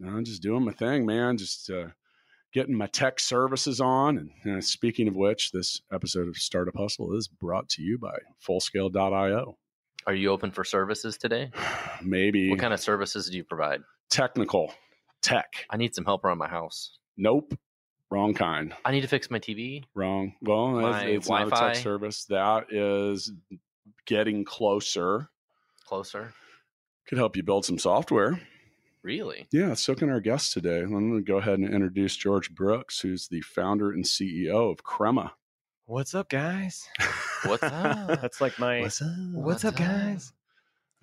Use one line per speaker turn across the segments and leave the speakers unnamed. No, I'm just doing my thing, man. Just uh, getting my tech services on. And uh, speaking of which, this episode of Startup Hustle is brought to you by Fullscale.io.
Are you open for services today?
Maybe
What kind of services do you provide?
technical tech.
I need some help around my house.
Nope. Wrong kind.
I need to fix my TV.
Wrong. Well,
My
it's, it's not a
Wi-Fi.
tech service. That is getting closer.
Closer.
Could help you build some software.
Really?
Yeah, so can our guest today. I'm going to go ahead and introduce George Brooks, who's the founder and CEO of Crema.
What's up, guys?
What's up?
That's like my what's,
up?
up, guys?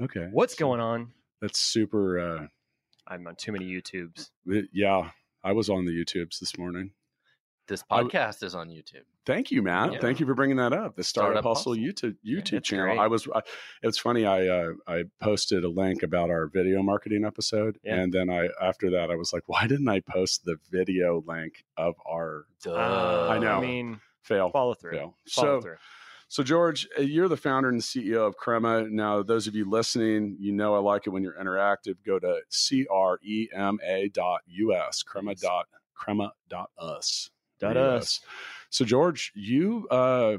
Okay,
What's going on?
that's super. Uh,
I'm on too many YouTubes.
it- yeah, I was on the YouTubes this morning.
This
I w-
podcast is on YouTube.
Thank you, Matt.
Yeah.
Thank you for bringing that up. The Startup,
Startup
Hustle,
Hustle.
YouTube YouTube
that's
channel.
great.
I was. I, it's funny. I uh, I posted a link about our video marketing episode,
Yeah.
and then I after that I was like, why didn't I post the video link of our
Duh.
Uh, I know.
Um, I mean,
fail?
follow through.
fail.
Follow
So
through.
So, George, uh, you're the founder and CEO of Crema. Now, those of you listening, you know I like it when you're interactive. Go to C-R-E-M-A dot U-S, crema dot, crema dot us.
Dot
US. So, George, you, uh,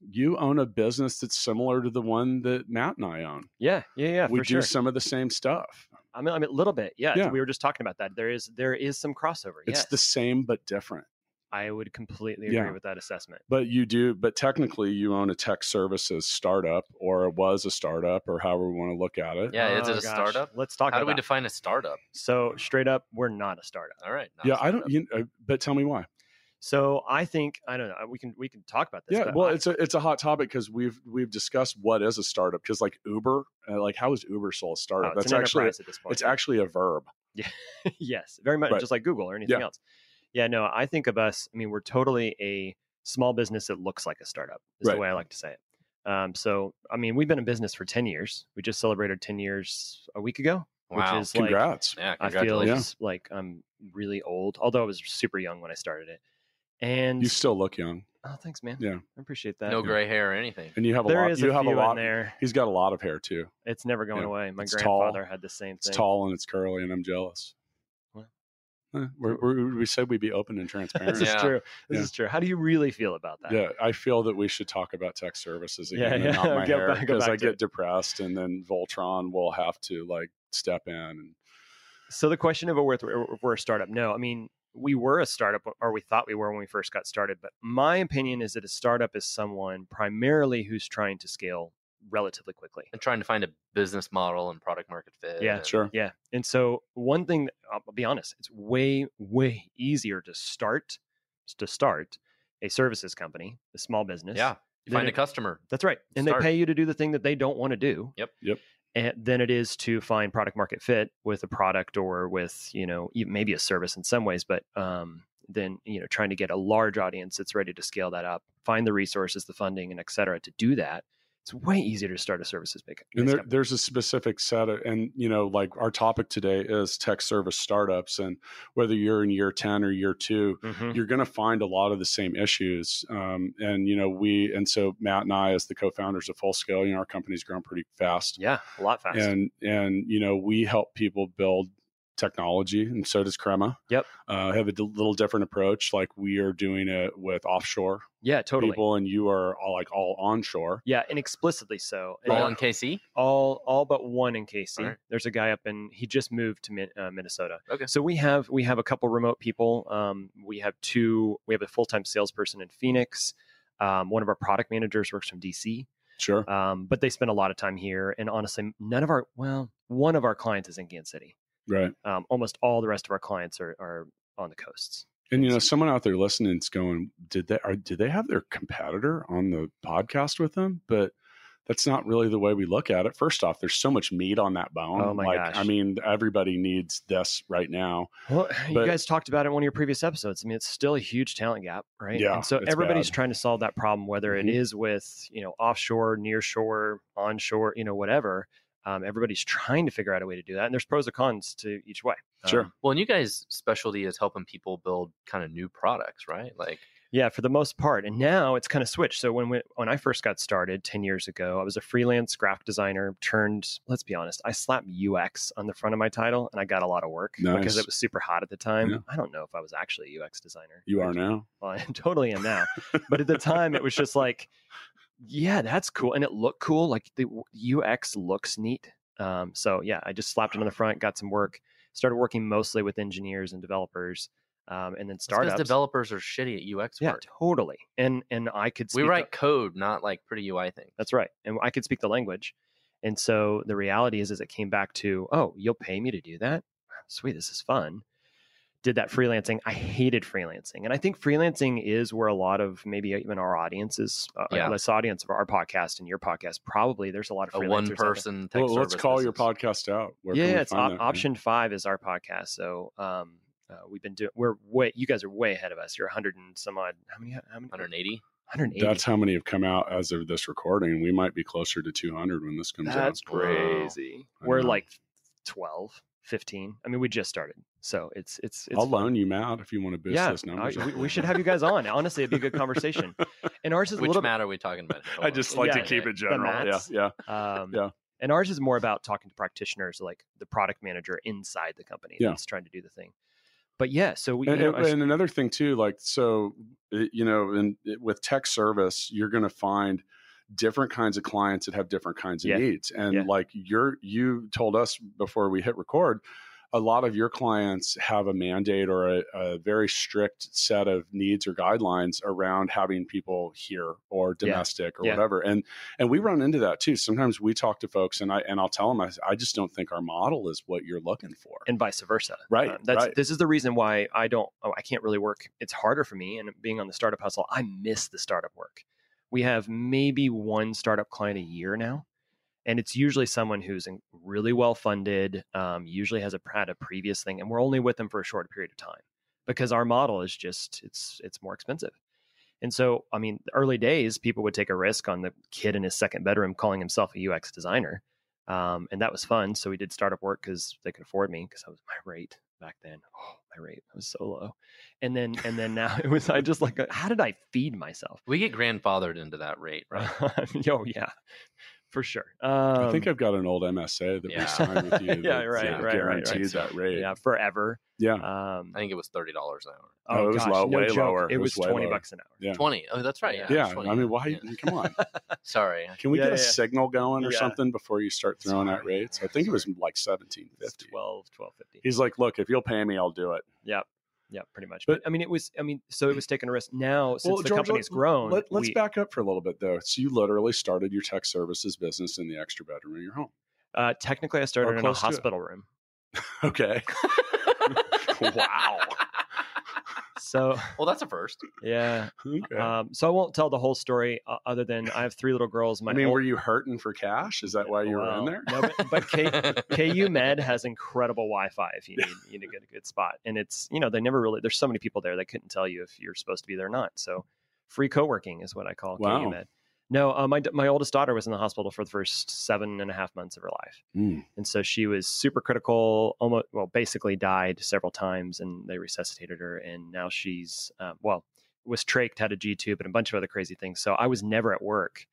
you own a business that's similar to the one that Matt and I own.
Yeah, yeah, yeah.
we
for
do
sure.
some of the same stuff.
I mean, I mean, a little bit. Yeah,
Yeah.
we were just talking about that. There is there is some crossover.
It's
yes,
the same but different.
I would completely agree
Yeah.
with that assessment.
But you do, but technically, you own a tech services startup, or it was a startup, or however we want to look at it.
Yeah, is
Oh,
it a
gosh.
startup?
Let's talk.
How do
about
we define a startup?
so straight up, we're not a startup.
All right. not a
Yeah, I don't.
startup.
You, uh, but tell me why.
So I think I don't know. We can we can talk about this.
yeah
but
well
I-
it's a it's a hot topic because we've we've discussed what is a startup because like uber uh, like how is uber still a
oh,
startup
it's
that's
an
actually
enterprise at this point.
it's actually a verb
yes, very much
Right.
just like Google or anything
Yeah.
else. Yeah, no, I think of us. I mean, we're totally a small business that looks like a startup. Is
Right.
the way I like to say it. Um, so, I mean, we've been in business for ten years. We just celebrated ten years a week ago,
Wow.
which is like
congrats
Yeah,
I feel
congratulations.
like I'm really old, although I was super young when I started it. And
you still look young
oh, thanks, man.
Yeah.
I appreciate that.
No gray hair or anything.
and you have a
there
lot
is
you
a
have
few
a lot
in there.
he's got a lot of hair too
It's never going
Yeah.
away. My
It's tall.
grandfather had the same thing.
it's tall and it's curly and i'm jealous
What?
Eh, we're, we're, we said we'd be open and transparent
This
yeah.
Yeah.
is true. This
Yeah.
is true. How do you really feel about that?
I feel that we should talk about tech services again
Yeah,
and
yeah.
not my
Go
hair
back- go
because
back
I
to
get
it.
depressed, and then Voltron will have to like step in. And,
So the question of a worth if we're a startup. No, I mean we were a startup, or we thought we were when we first got started. But my opinion is that a startup is someone primarily who's trying to scale relatively quickly.
And trying to find a business model and product market fit.
Yeah,
and-
sure,
Yeah, and so one thing I'll be honest, it's way way easier to start to start a services company, a small business.
Yeah. You
Then
find a
it-
customer.
that's right, and
Start.
they pay you to do the thing that they don't want to do.
Yep.
Yep.
And than it is to find product market fit with a product or with you know even maybe a service in some ways, but um, then you know trying to get a large audience that's ready to scale that up, find the resources, the funding, and et cetera to do that. It's way easier to start a services big.
and there,
company.
there's a specific set of and you know like our topic today is tech service startups and whether you're in year 10 or year 2
Mhm.
you're going to find a lot of the same issues um, and you know we and so matt and i as the co-founders of full scale you know our company's grown pretty fast
Yeah, a lot faster.
and and you know we help people build technology and so does crema
Yep.
uh, have a d- little different approach like we are doing it with offshore
yeah, totally.
people and you are all like all onshore
Yeah, and explicitly so.
All
And-
in KC?
all all but one in KC.
All right.
There's a guy up in he just moved to Min, uh, Minnesota.
Okay.
So we have we have a couple remote people. Um, we have two. We have a full time salesperson in Phoenix. Um, one of our product managers works from DC,
sure
um, but they spend a lot of time here. And honestly, none of our well, one of our clients is in Kansas City.
right
Um, almost all the rest of our clients are are on the coasts.
And you know, someone out there listening is going, "Did they? Are, did they have their competitor on the podcast with them?" But that's not really the way we look at it. First off, there's so much meat on that bone.
Oh my
like,
gosh.
I mean, everybody needs this right now.
Well, you
But-
guys talked about it in one of your previous episodes. I mean, it's still a huge talent gap, right?
Yeah,
And so
it's
everybody's
bad.
trying to solve that problem, whether it
Mhm.
is with you know offshore, nearshore, onshore, you know whatever. Um, everybody's trying to figure out a way to do that, and there's pros and cons to each way.
Sure.
Um,
Well, and you guys' specialty is helping people build kind of new products, right? Like,
yeah, for the most part. And now it's kind of switched. So when we, when I first got started ten years ago, I was a freelance graphic designer turned. Let's be honest, I slapped UX on the front of my title, and I got a lot of work
Nice.
because it was super hot at the time.
Yeah.
I don't know if I was actually a UX designer.
You are now.
Well, I totally am now. But at the time, it was just like, yeah, that's cool, and it looked cool. Like the w- UX looks neat. Um, so yeah, I just slapped it on the front, got some work, started working mostly with engineers and developers, um, and then
because
startups.
developers are shitty at UX
yeah,
work.
totally. And and I could
We
speak
write code, not like pretty UI things.
that's right. And I could speak the language. And so the reality is, is it came back to, oh, you'll pay me to do that? Sweet, this is fun. Did that freelancing. I hated freelancing. And I think freelancing is where a lot of maybe even our audiences, uh,
Yeah.
this audience of our podcast and your podcast, probably there's a lot of
A
freelancers.
one
out there.
person tech
Well, let's
service
call your
business.
podcast out. Where
yeah,
can we
it's
find
op-
that?
option five is our podcast. So, um, uh, we've been doing, we're way, you guys are way ahead of us. You're 100 and some odd, how many, how many?
180.
180.
That's how many have come out as of this recording. We might be closer to 200 when this comes
That's
out.
Wow.
crazy.
I
We're
know.
like 12, 15. I mean, we just started. So it's, it's, it's,
I'll loan you Matt if you want to boost
yeah,
this number.
I- we, we should have you guys on. Honestly, it'd be a good conversation. And ours is a
Which
little
Matt are we talking about?
I just like to
Yeah,
keep it general. Yeah,
Matts.
yeah,
bit, um,
yeah.
and ours is more about talking to practitioners, like the product manager inside the company
Yeah.
that's trying to do the thing. But yeah, so we,
And,
you know,
and-
I-
and another thing too, like so, it- you know, and it- with tech service, you're going to find different kinds of clients that have different kinds of
Yeah.
needs. And
Yeah.
like you're, you told us before we hit record, a lot of your clients have a mandate or a, a very strict set of needs or guidelines around having people here or domestic or
Yeah.
whatever. And and we run into that too. Sometimes we talk to folks and I and I'll tell them I, I just don't think our model is what you're looking for.
and vice versa. Um,
Right,
that's
right.
this is the reason why I don't. Oh, I can't really work. It's harder for me. And being on the startup hustle, I miss the startup work. We have maybe one startup client a year now, and it's usually someone who's in- really well funded. Um, usually has a had a previous thing, and we're only with them for a short period of time because our model is just it's it's more expensive. And so, I mean, the early days, people would take a risk on the kid in his second bedroom calling himself a UX designer. Um, and that was fun. So we did startup work because they could afford me because I was my rate back then. Oh, my rate was so low. And then, and then now it was, I just like, how did I feed myself?
We get grandfathered into that rate, right?
Yo, yeah, for sure. Um,
I think I've got an old MSA that
yeah.
we signed with you.
Yeah,
that,
right,
uh,
right, right, right.
guarantees that rate.
yeah, forever.
Yeah.
Um, oh
I think it was $30 an hour.
No, it was low- way
joke.
lower.
It,
It
was,
was way
20
lower.
bucks an hour.
Yeah.
20. Oh, that's right. Yeah. it was
Yeah,
20,
I mean, why?
yeah.
Come on.
Sorry.
Can we
Yeah,
get a
yeah.
signal going or
Yeah.
something before you start throwing out
Sorry.
rates? I think it was like seventeen
It's
fifty.
12, 12.50.
He's like, "Look, if you'll pay me, I'll do it."
Yep. Yeah, pretty much. But,
But-
I mean, it was. I mean, so it was taking a risk. Now, since the
George,
company's
let-
grown,
Let, let's
we-
back up for a little bit though. So you literally started your tech services business in the extra bedroom of your home.
Uh, technically, I
Or
started in a
close to it.
hospital room.
Okay. Wow.
So
Well, that's a first.
yeah.
okay.
Um, so I won't tell the whole story, uh, other than I have three little girls. My
I mean,
old-
were you hurting for cash? Is that why you were in
Well,
there?
No, but, but K- KU Med has incredible Wi-Fi if you need you need to get a good spot, and it's you know they never really there's so many people there they couldn't tell you if you're supposed to be there or not. So free co-working is what I call
Wow.
KU Med. No, uh, my my oldest daughter was in the hospital for the first seven and a half months of her life.
Mm.
and so she was super critical almost well basically died several times and they resuscitated her and now she's um, well was trached had a g tube and a bunch of other crazy things so i was never at work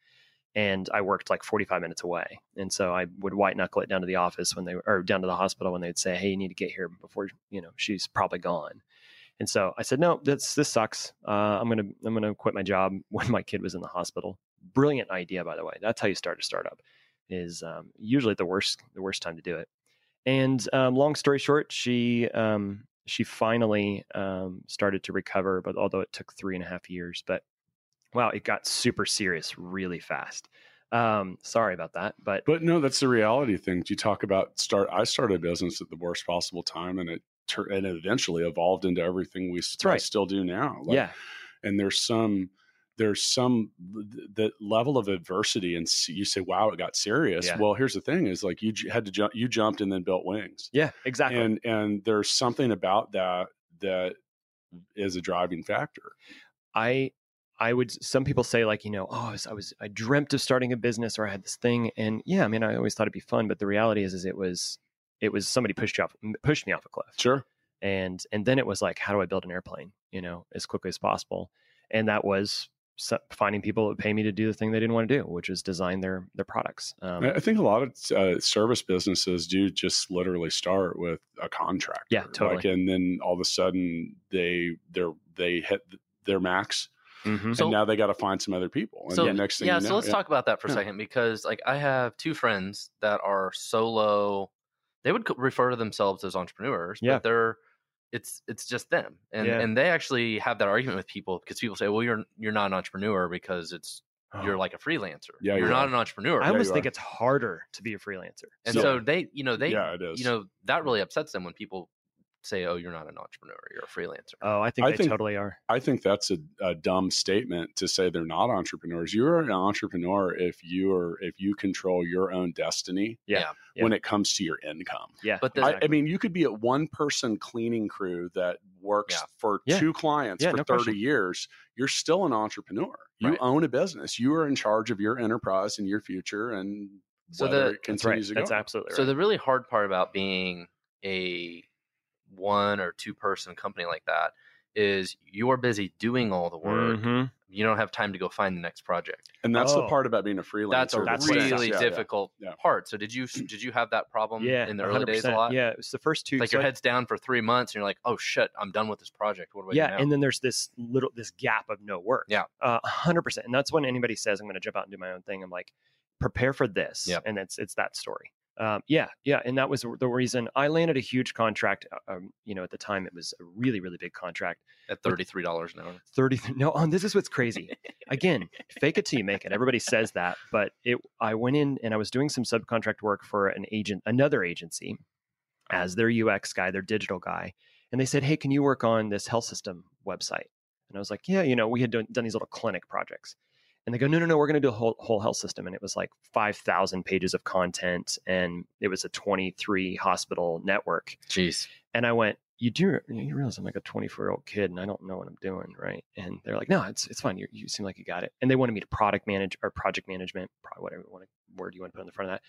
and i worked like 45 minutes away and so i would white knuckle it down to the office when they or down to the hospital when they'd say hey you need to get here before you know she's probably gone and so i said no that's this sucks uh, i'm gonna i'm gonna quit my job when my kid was in the hospital brilliant idea by the way that's how you start a startup is um, usually the worst the worst time to do it. And um, long story short, she um, she finally um, started to recover, but although it took three and a half years, but wow, it got super serious really fast. Um, sorry about that, but,
But no, that's the reality thing. You talk about start. I started a business at the worst possible time, and it tur- and it eventually evolved into everything we s-
right.
still do now. Like,
yeah,
and there's some there's some the level of adversity and you say wow it got serious
Yeah.
well here's the thing is like you j- had to jump you jumped and then built wings
Yeah, exactly.
and and there's something about that that is a driving factor
I I would some people say like, you know, oh, I was, I was I dreamt of starting a business or I had this thing and yeah, I mean, I always thought it'd be fun, but the reality is is it was it was somebody pushed you off pushed me off a cliff.
sure
And and then it was like, how do I build an airplane, you know, as quickly as possible? And that was so- finding people that would pay me to do the thing they didn't want to do, which is design their their products. Um,
I I think a lot of uh, service businesses do just literally start with a contract.
Yeah, totally.
Like, and then all of a sudden they they're they hit their max,
mhm.
So-
and now they got to find some other people. And
so
the next thing,
yeah,
you know,
so let's
yeah.
talk about that for a
Yeah.
second because like I have two friends that are solo. They would co- refer to themselves as entrepreneurs,
Yeah.
but they're it's it's just them, and
Yeah.
and they actually have that argument with people because people say, well, you're you're not an entrepreneur because it's you're like a freelancer.
Oh. Yeah,
you're
you
not
are.
an entrepreneur.
I almost
you
think
are.
it's harder to be a freelancer.
and
so-
so, they, you know, they,
yeah, it is.
you know, that really upsets them when people say, "Oh, you're not an entrepreneur. You're a freelancer."
Oh, I think
I
they
think-
totally are.
I think that's a, a dumb statement to say they're not entrepreneurs. You're an entrepreneur if you are if you control your own destiny.
Yeah, yeah.
When it comes to your income.
Yeah.
But the-
I, I mean, you could be a one person cleaning crew that works
Yeah.
for
Yeah.
two clients
Yeah,
for
no
30
question.
years. You're still an entrepreneur. You
Right.
own a business. You are in charge of your enterprise and your future and
So
whether it
the-
that's right.
continues
That's
to go.
absolutely right.
so the really hard part about being a one or two person company like that is you're busy doing all the work.
Mhm.
You don't have time to go find the next project.
and that's the
Oh.
part about being a freelancer.
That's a
that's what it is.
really
Yeah, yeah.
difficult
yeah.
part. So did you did you have that problem
yeah,
in the early days a
100%.
lot?
Yeah, it's the first two.
Like
so
your
I-
head's down for three months, and you're like, "Oh shit, I'm done with this project. What do I
yeah
do now?"
and then there's this little this gap of no work
Yeah.
uh, 100% and that's when anybody says i'm going to jump out and do my own thing i'm like prepare for this
Yep.
and it's it's that story um, yeah yeah and that was the reason i landed a huge contract uh, um, you know at the time it was a really really big contract
At thirty three dollars an hour.
30 no and this is what's crazy again fake it till you make it everybody says that but it i went in and i was doing some subcontract work for an agent another agency as their ux guy their digital guy and they said hey can you work on this health system website and i was like yeah you know we had done, done these little clinic projects and they go no no no we're going to do a whole, whole health system and it was like 5000 pages of content and it was a 23 hospital network
Jeez.
and I went, "You do you realize I'm like a 24 year old kid and I don't know what I'm doing, right?" And they're like, "No, it's it's fine. You, you seem like you got it." And they wanted me to product manage or project management, probably whatever you wanna- word you want to put in the front of that.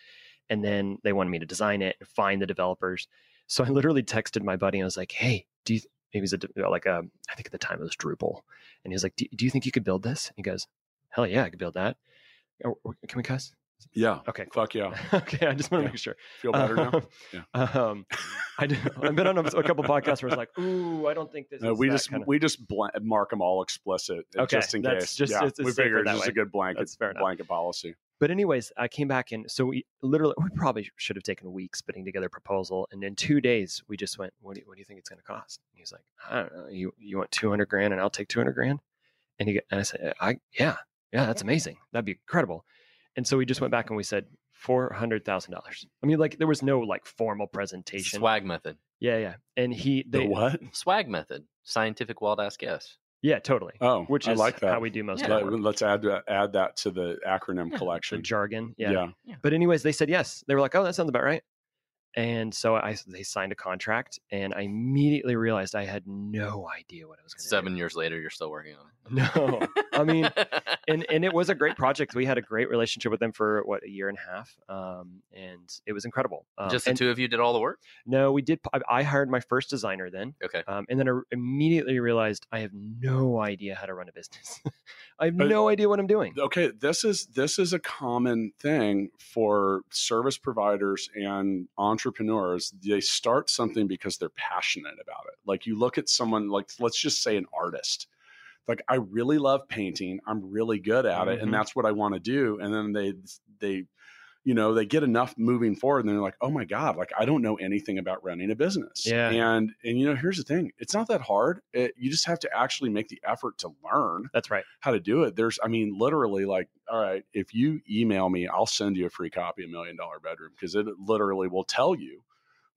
And then they wanted me to design it, and find the developers. So I literally texted my buddy and I was like, "Hey, do you?" He was a, de- like a, I think at the time it was Drupal, and he was like, "Do, do you think you could build this?" And he goes, "Hell yeah, I could build that." Oh, can we cuss?
Yeah.
Okay, cool.
Fuck yeah.
okay, I just want to
Yeah.
make sure.
Feel better now.
Um, um, I do, I've been on a, a couple podcasts where it's like, ooh, I don't think this.
No,
is
Uh, we
that
just
kind of-
we just bl- mark them all explicit uh,
Okay,
just in
that's
case.
just-
yeah,
it's- it's
we
safer
figured it's
that
just
way.
a good blanket
That's fair enough.
blanket policy.
But anyways, I came back and so we literally we probably should have taken weeks putting together a proposal, and in two days we just went, "What do you, what do you think it's going to cost?" And he's like, "I don't know. You you want two hundred grand, and I'll take two hundred grand." And he go- and I said, "I yeah yeah that's amazing. That'd be incredible." And so we just went back and we said four hundred thousand dollars. I mean, like there was no like formal presentation.
Swag method.
Yeah, yeah. And he they
the what?
Swag method. Scientific wild ass guess.
yeah totally.
Oh,
Which
I
is
like that.
how we do most
Yeah.
of our
Let,
work.
us add that, add that to the acronym
Yeah,
the
collection.
jargon.
Yeah.
Yeah. But anyways, they said yes. They were like, "Oh, that sounds about right." And so I they signed a contract, and I immediately realized I had no idea what I was going to
Seven years later, you're still working on it.
No, I mean, um, and and it was a great project. We had a great relationship with them for what a year and a half, um, and it was incredible. Um,
just the
and
two of you did all the work.
No, we did. I, I hired my first designer then,
Okay.
um, and then I immediately realized I have no idea how to run a business. I have
But-
no idea what I'm doing.
Okay, this is this is a common thing for service providers and entrepreneurs. They start something because they're passionate about it. Like you look at someone like let's just say an artist. Like I really love painting. I'm really good at it
Mhm.
and that's what I want to do and then they they you know, they get enough moving forward and they're like, "Oh my god, like I don't know anything about running a business."
Yeah.
And and you know, here's the thing. It's not that hard. It, you just have to actually make the effort to learn
That's right.
how to do it. There's, I mean, literally, like, all right, if you email me, I'll send you a free copy of Million Dollar Bedroom because it literally will tell you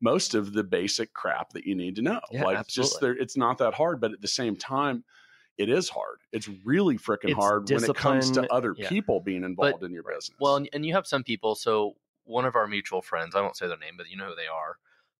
most of the basic crap that you need to know.
Yeah,
like, just
absolutely.
there, it's not that hard. But at the same time, it is hard. It's really freaking
It's
hard when it comes to
discipline,
other
yeah.
people being involved in your
Right.
business.
Well, and, and you have some people. So one of our mutual friends, I won't say their name, but you know who they are,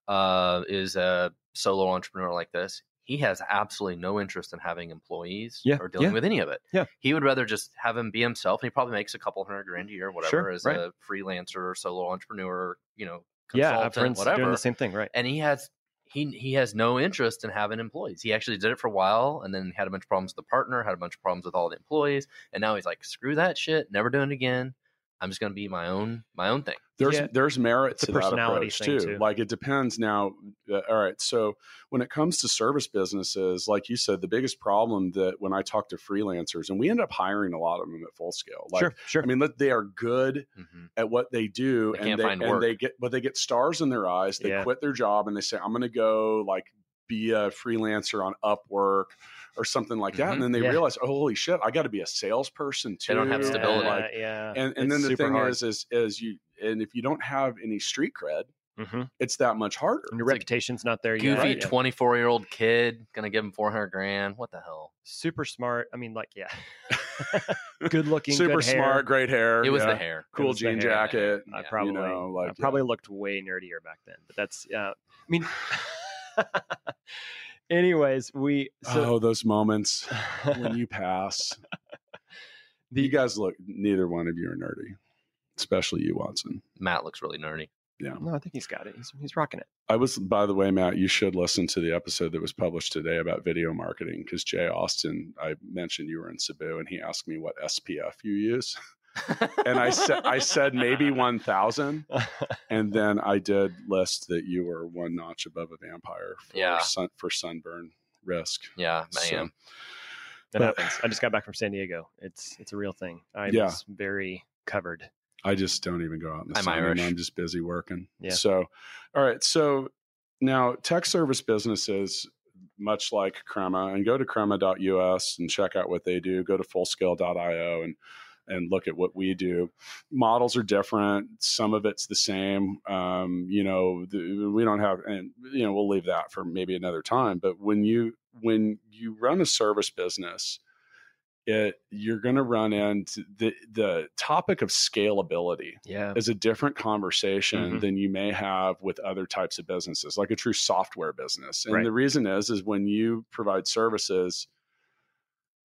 uh, is a solo entrepreneur like this. He has absolutely no interest in having employees
Yeah,
or dealing
yeah.
with any of it.
Yeah.
He would rather just have him be himself, and he probably makes a couple hundred grand a year, or whatever,
Sure,
as
right.
a freelancer, solo entrepreneur, you know,
yeah,
consultant,
I have friends doing
whatever.
the same thing, right?
and he has he he has no interest in having employees. He actually did it for a while and then had a bunch of problems with the partner, had a bunch of problems with all the employees, and now he's like, screw that shit, never doing it again. I'm just gonna be my own my own thing.
there's
Yeah.
there's merit
It's a
to that
personality
approach
thing,
too.
too.
Like it depends now. Uh, all right, so when it comes to service businesses, like you said, the biggest problem that when I talk to freelancers, and we end up hiring a lot of them at full scale. Like,
sure, sure.
I mean, look, they are good at what they do,
They
and
can't
they
find
and
work.
they get but they get stars in their eyes. They
Yeah.
quit their job and they say, "I'm going to go like be a freelancer on Upwork." Or something like that, and
Mhm.
then they
Mm-hmm, Yeah.
realize, oh, holy shit, I got to be a salesperson too.
They don't have
and,
stability.
like,
yeah.
and and then the thing is is is you and if you don't have any street cred
hmm
it's that much harder
your
like
reputation's not there yet.
Goofy
Yeah.
twenty four year old kid, gonna give him four hundred grand. What the hell?
super smart. I mean, like, yeah, good looking,
super
good hair.
smart great hair
It was
yeah.
the hair.
It
cool
was the
jean
hair.
jacket
Yeah.
I
You
probably,
know, like,
I probably looked way nerdier back then, but that's, uh, I mean, anyways, we, so
oh those moments when you pass
The-
you guys look neither one of you are nerdy especially you watson
Matt looks really nerdy.
no, I think he's got it. He's, he's rocking it.
i was by the way matt you should listen to the episode that was published today about video marketing because jay austin i mentioned you were in cebu and he asked me what spf you use and i said i said maybe 1000 and then I did list that you were one notch above a vampire for
Yeah.
sun, for sunburn risk.
Yeah, I
So-
am.
That
But-
happens. I just got back from San Diego. It's, it's a real thing. I'm
Yeah.
s- very covered.
I just don't even go out in the
I'm
sun. and
Irish.
I'm just busy working.
Yeah.
So, all right. So now tech service businesses, much like Crema, and go to crema.us and check out what they do. Go to fullscale.io and and look at what we do. Models are different. Some of it's the same. Um, you know, the, we don't have, and you know, we'll leave that for maybe another time. But when you when you run a service business, it you're going to run into the the topic of scalability
Yeah.
is a different conversation
Mhm.
than you may have with other types of businesses, like a true software business. And
Right.
the reason is, is when you provide services,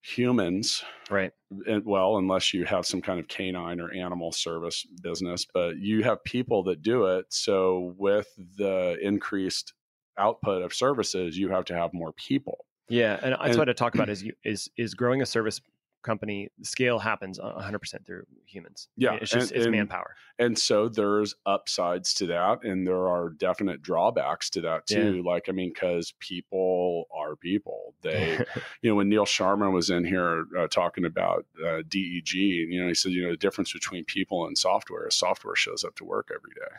humans,
Right.
and eh, well, unless you have some kind of canine or animal service business, but you have people that do it. So with the increased output of services, you have to have more people.
Yeah, and that's
And-
what I talk about is you, is is growing a service company. Scale happens 100 percent through humans.
Yeah,
it's just
and-
it's
and-
manpower.
and so there's upsides to that and there are definite drawbacks to that too like i mean because people are people they you know when neil sharma was in here uh, talking about uh, deg you know he said you know the difference between people and software is software shows up to work every day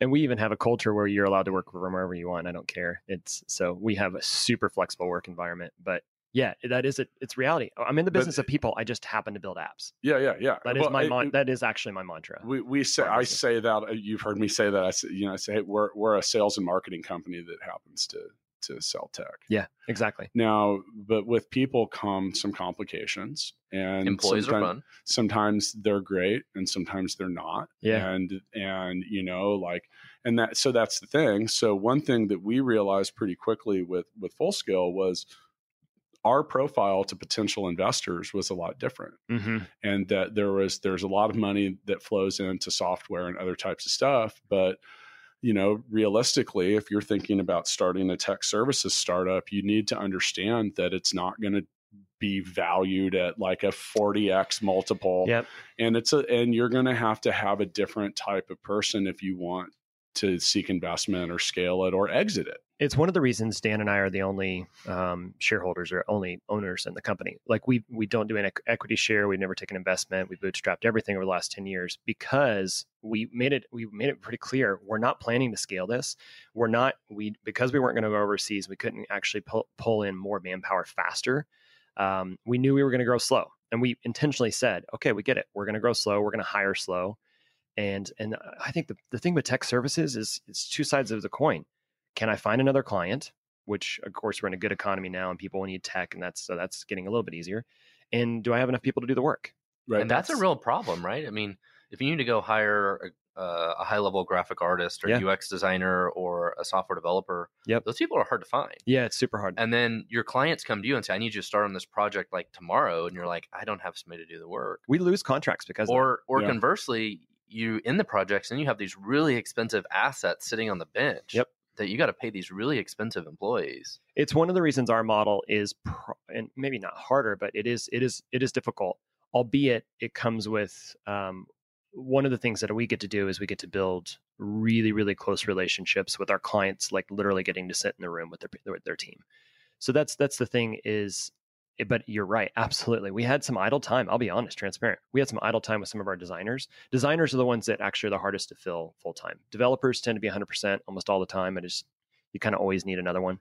and we even have a culture where you're allowed to work from wherever you want. I don't care. It's so we have a super flexible work environment. But yeah, that is it. It's reality. I'm in the
But-
business of people. I just happen to build apps.
yeah yeah yeah
That is
Well,
my
it-
mon- that is actually my mantra.
we, we say I
Pharmacy.
say that uh, you've heard me say that I say, you know I say hey, we're we're a sales and marketing company that happens to to sell tech
yeah, exactly.
now but with people come some complications and
Employees are
sometime-
fun.
sometimes they're great and sometimes they're not
Yeah.
and and you know like and that so that's the thing so one thing that we realized pretty quickly with with full scale was our profile to potential investors was a lot different
hmm
and that there was there's a lot of money that flows into software and other types of stuff but you know realistically if you're thinking about starting a tech services startup you need to understand that it's not going to be valued at like a 40x multiple
Yep.
and it's a and you're going to have to have a different type of person if you want to seek investment or scale it or exit it
it's one of the reasons Dan and I are the only um, shareholders or only owners in the company. Like we we don't do an equ- equity share. We've never taken investment. We bootstrapped everything over the last ten years because we made it. We made it pretty clear we're not planning to scale this. We're not we because we weren't going to go overseas. We couldn't actually pull pull in more manpower faster. Um, we knew we were going to grow slow, and we intentionally said, okay, we get it. We're going to grow slow. We're going to hire slow. And and uh, I think the, the thing with tech services is it's two sides of the coin can I find another client which of course we're in a good economy now and people need tech and that's so that's getting a little bit easier. And do I have enough people to do the work?
Right.
and that's, a real problem, right? I mean, if you need to go hire a, uh, a high level graphic artist or
Yeah.
UX designer or a software developer,
Yep.
those people are hard to find.
Yeah, it's super hard.
And then your clients come to you and say, "I need you to start on this project like tomorrow," and you're like, "I don't have somebody to do the work."
we lose contracts because of
Or, or
Yeah.
conversely, you in the projects and you have these really expensive assets sitting on the bench.
Yep.
That you got to pay these really expensive employees.
it's one of the reasons our model is pro- and maybe not harder but it is it is it is difficult albeit it comes with um, one of the things that we get to do is we get to build really really close relationships with our clients like literally getting to sit in the room with their with their team so that's that's the thing is eh, but you're right absolutely we had some idle time i'll be honest transparent we had some idle time with some of our designers designers are the ones that actually are the hardest to fill full time developers tend to be 100% almost all the time and just you kind of always need another one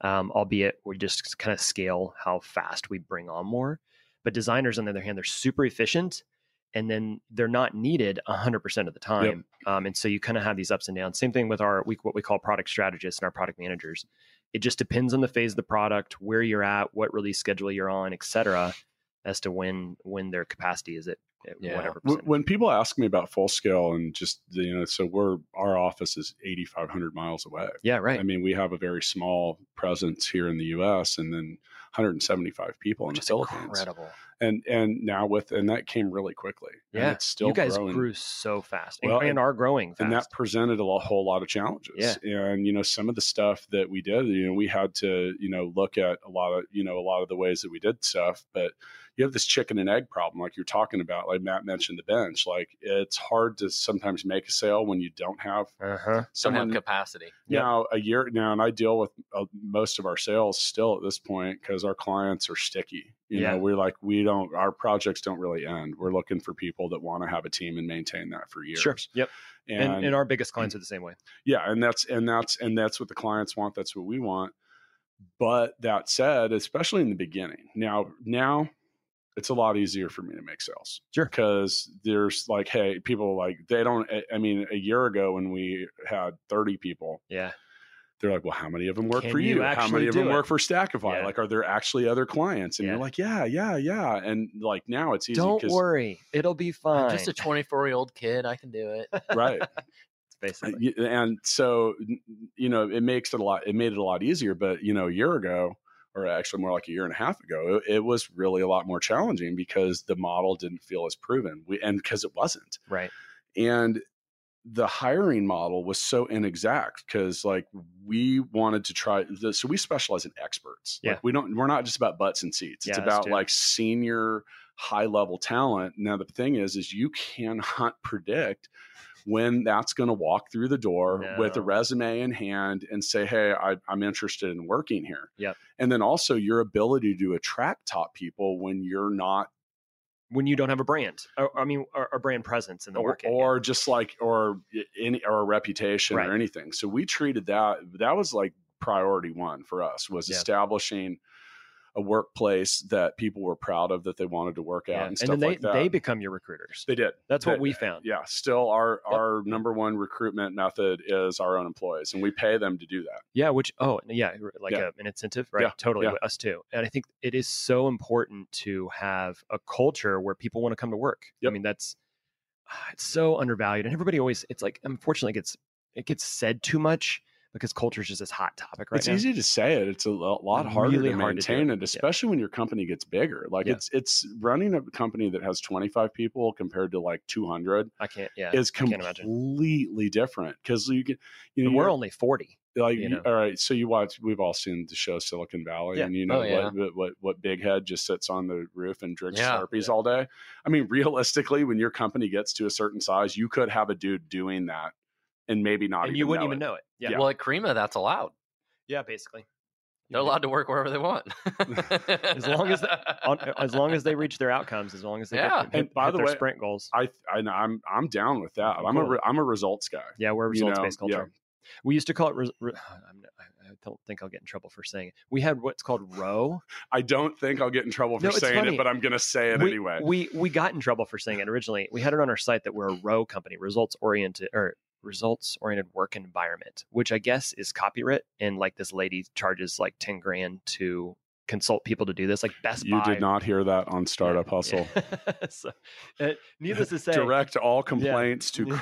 um, albeit we just kind of scale how fast we bring on more. But designers, on the other hand, they're super efficient and then they're not needed 100% of the time. Um, and so you kind of have these ups and downs. Same thing with our, we, what we call product strategists and our product managers. It just depends on the phase of the product, where you're at, what release schedule you're on, et cetera, as to when, when their capacity is at, at
Yeah.
whatever
When-
percentage.
when people ask me about full scale and just you know, so we're our office is 8,500 miles away.
yeah, right.
I mean, we have a very small presence here in the U.S. and then 175 people in the
Just
Philippines.
incredible.
And and now with and that came really quickly. And
Yeah.
it's still
you guys
growing.
grew so fast and-
Well,
and,
and-
are growing fast.
and that presented a lo- whole lot of challenges and you know some of the stuff that we did you know we had to you know look at a lot of you know a lot of the ways that we did stuff but you have this chicken and egg problem like you're talking about like matt mentioned the bench like it's hard to sometimes make a sale when you don't have
uh-huh.
Don't have
someone
capacity.
Yep.
now a year now and i deal with uh, most of our sales still at this point because our clients are sticky you
Yeah.
know we're like we don't our projects don't really end we're looking for people that want to have a team and maintain that for years
Sure. Yep.
and,
And, and our biggest clients are the same way.
yeah and that's and that's and that's what the clients want that's what we want but that said especially in the beginning now now it's a lot easier for me to make sales
Sure.
because there's like hey people like they don't I- i mean a year ago when we had 30 people
Yeah.
they're like, well, how many of them work
Can
for
you
you? How
actually
many of
do
them work
it?
for Stackify?
Yeah.
Like, are there actually other clients? And
Yeah.
you're like, yeah, yeah, yeah. And like now it's easy.
Don't
'cause-
worry, it'll be fine.
I'm just a 24 year old kid. I can do it.
Right.
basically.
Y- and so you know it makes it a lot it made it a lot easier but you know a year ago or actually more like a year and a half ago it, it was really a lot more challenging because the model didn't feel as proven we, and because it wasn't
right.
and the hiring model was so inexact because like we wanted to try the, so we specialize in experts
Yeah.
like we don't we're not just about butts and seats it's
Yeah, that's
about
true.
like senior high level talent now the thing is is you cannot predict when that's going to walk through the door with a
No.
resume in hand and say hey I, i'm interested in working here
Yep.
and then also your ability to attract top people when you're not
When you don't have a brand, or, I mean, or, or brand presence in the
or,
market, yeah.
or just like or any or a reputation
Right.
or anything. So we treated that that was like priority one for us was
Yeah.
establishing a workplace that people were proud of that they wanted to work at
Yeah.
and
and
stuff
then they
like that.
they become your recruiters.
They did.
That's what
they-
we found.
Yeah, still our
Yep.
our number one recruitment method is our own employees, and we pay them to do that.
Yeah, which oh yeah, r- like
Yeah.
A, an incentive, right?
Yeah,
Totally,
yeah.
us too. And I think it is so important to have a culture where people want to come to work. I
Yep.
mean, that's ah, it's so undervalued, and everybody always it's like unfortunately it gets it gets said too much because culture is just this hot topic right
it's
now.
easy to say it. It's a lo- lot harder
Really
to
hard to do
maintain
it.
it,
Yeah.
especially when your company gets bigger. Like
Yeah.
it's it's running a company that has 25 people compared to like 200
I can't. Yeah,
is
can't imagine.
completely different because you can you know
And we're
you're-
only forty.
like
you
you-
know.
all right so you watch we've all seen the show silicon valley
Yeah.
and you
Oh,
know
yeah.
what, what what what big head just sits on the roof and drinks
Yeah.
sharpies all day i mean realistically when your company gets to a certain size you could have a dude doing that and maybe not
and you wouldn't even
it.
know it. Yeah,
Well, at Crema, that's allowed.
yeah, basically.
They're allowed to work wherever they want,
As long as on, as long as they reach their outcomes, as long as they
Yeah.
get, hit,
And by
hit
the
their
way-
sprint goals.
i i i'm i'm down with that i'm a
Cool.
re, i'm a results guy
Yeah, we're a
you know,
results based
yeah.
culture. We used to call it. Res, re, I'm, not- I I don't think I'll get in trouble for saying it. We had what's called row.
i don't think i'll get in trouble for
No, it's
saying
funny.
it but i'm gonna say it
we,
anyway
we we got in trouble for saying it originally. We had it on our site that we're a row company, results oriented or results oriented work environment, which I guess is copyright. And like this lady charges like 10 grand to consult people to do this. Like Best
You
Buy.
did not hear that on Startup Hustle.
so, uh, needless to say,
Direct all complaints to
Yeah.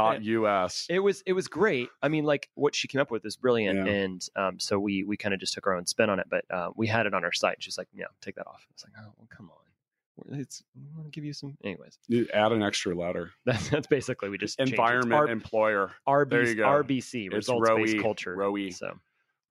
crema.us.
it was it was great. I mean, like what she came up with is brilliant,
Yeah.
and um, so we we kind of just took our own spin on it. But uh, we had it on our site. She's like, "Yeah, take that off." I was like, "Oh, well, come on, it's we want to give you some." Anyways,
You add an extra letter.
that's that's basically we just changed it. It's
Environment employer.
R- RBC,
there you go.
RBC
It's
results based
ROE, E,
culture.
ROE.
So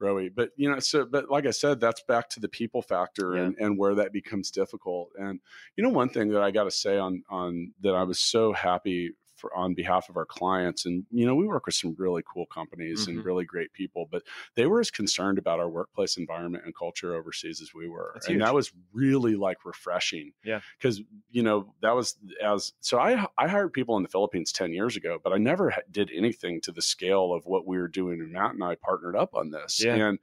Rowie. But you know, so but like I said, that's back to the people factor
Yeah.
and, and where that becomes difficult. And you know, one thing that I got to say on on that I was so happy for on behalf of our clients, and you know, we work with some really cool companies and
Mhm.
really great people, but they were as concerned about our workplace environment and culture overseas as we were,
That's
and
huge.
that was really like refreshing.
Yeah.
because you know that was as so I I hired people in the Philippines ten years ago, but I never ha- did anything to the scale of what we were doing. And Matt and I partnered up on this,
Yeah.
and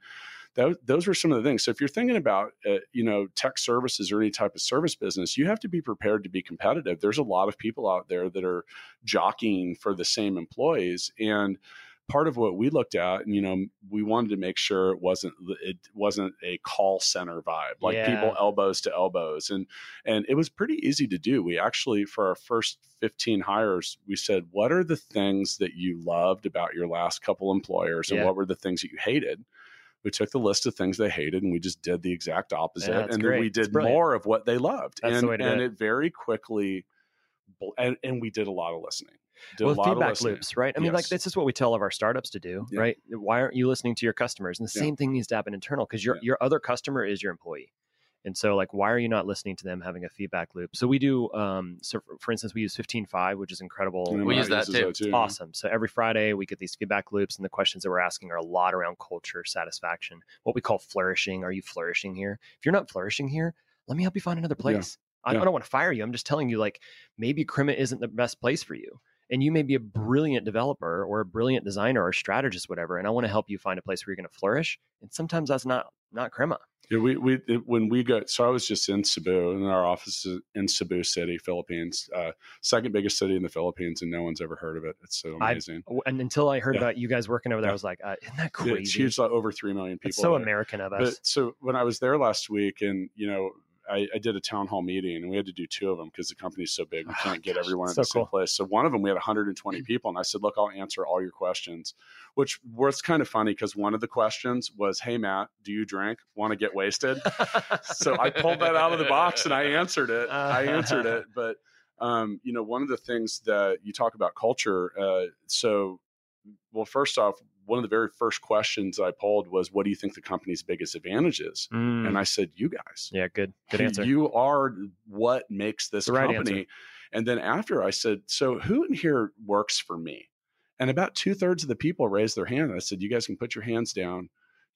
those, those were some of the things. So if you're thinking about, uh, you know, tech services or any type of service business, you have to be prepared to be competitive. There's a lot of people out there that are jockeying for the same employees, and part of what we looked at, and you know, we wanted to make sure it wasn't it wasn't a call center vibe, like
Yeah.
people elbows to elbows, and and it was pretty easy to do. We actually, for our first 15 hires, we said, what are the things that you loved about your last couple employers and
Yeah.
what were the things that you hated? We took the list of things they hated and we just did the exact opposite.
Yeah, that's
and
great.
then we
That's
did
brilliant.
more of what they loved.
That's the
and
way to do
and
it.
it very quickly, bl- and, and we did a lot of listening. Did a
well,
lot of
feedback
listening.
loops, right? I mean, like
Yes.
this is what we tell of our startups to do,
Yeah.
right? Why aren't you listening to your customers? And the
Yeah.
same thing needs to happen internal because your
Yeah.
your other customer is your employee, and so like why are you not listening to them having a feedback loop? So we do. Um, so for, for instance, we use fifteen five, which is incredible.
And
We
Matt
use that
uses
too.
Awesome. So every Friday we get these feedback loops, and the questions that we're asking are a lot around culture, satisfaction, what we call flourishing. Are you flourishing here? If you're not flourishing here, let me help you find another place. I,
Yeah.
I don't want to fire you. I'm just telling you, like maybe Krema isn't the best place for you, and you may be a brilliant developer or a brilliant designer or strategist, whatever. And I want to help you find a place where you're going to flourish. And sometimes that's not not Krema.
Yeah, we we it- when we go. So I was just in Cebu, and our office is in Cebu City, Philippines, uh, second biggest city in the Philippines, and no one's ever heard of it. It's so
I-
amazing.
W- And until I heard
Yeah.
about you guys working over there,
Yeah.
I was like, uh, isn't that
Yeah,
crazy?
It's huge, like over three million people.
It's so
there.
American of us.
But so when I was there last week, and you know, I, I did a town hall meeting, and we had to do two of them because the company's so big, we
Oh,
can't get
gosh,
everyone in
so
the same
cool. Mm.
place. So one of them, we had 120 people, and I said, "Look, I'll answer all your questions," which was kind of funny because one of the questions was, "Hey Matt, do you drink? Want to get wasted?" so I pulled that out of the box and I answered it. I answered
Uh,
it. But um, you know, one of the things that you talk about culture. Uh, so, well, first off, one of the very first questions I polled was, "What do you think the company's biggest advantage is?"
Mm.
And I said, "You guys."
yeah, good, good answer.
You are what makes this
The right
company.
answer.
And then after I said, So who in here works for me? And about two thirds of the people raised their hand. I said, You guys can put your hands down.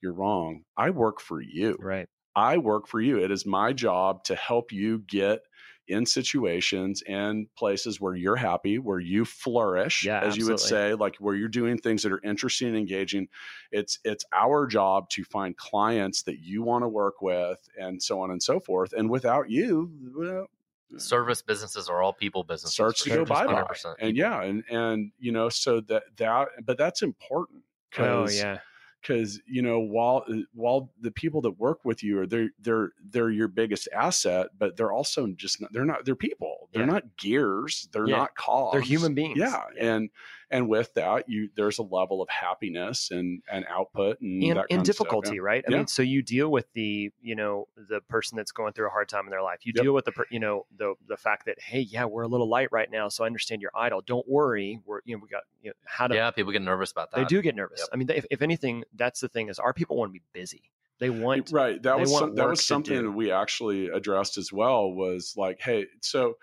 You're wrong. I work for you.
right.
I work for you. It is my job to help you get in situations and places where you're happy, where you flourish,
Yeah,
as you would
absolutely.
say, like where you're doing things that are interesting and engaging. It's it's our job to find clients that you want to work with and so on and so forth. And without you, well,
Service businesses are all people businesses.
starts to
for
go
sure.
bye bye.
100%.
And yeah, and and you know, so that that but that's important.
Oh
'cause
yeah.
because you know while eh, while the people that work with you are they're they're they're your biggest asset but they're also just not, they're not they're people they're
Yeah.
not gears they're
Yeah.
not cogs
They're human beings.
yeah. and and with that you there's a level of happiness and and output and
And,
that kind
and
of stuff,
difficulty,
yeah.
right? I
Yeah.
mean, so you deal with the, you know, the person that's going through a hard time in their life. You
Yep.
deal with the, per, you know, the the fact that, hey, yeah, we're a little light right now, so I understand you're idle. Don't worry, we're, you know, we got you know, how to.
yeah, people get nervous about that.
They do get nervous.
Yep.
I mean, they, if, if anything, that's the thing is, our people want to be busy. They want.
right that
they
was
want
some, that
work
was
to
something
do.
that we actually addressed as well was like hey so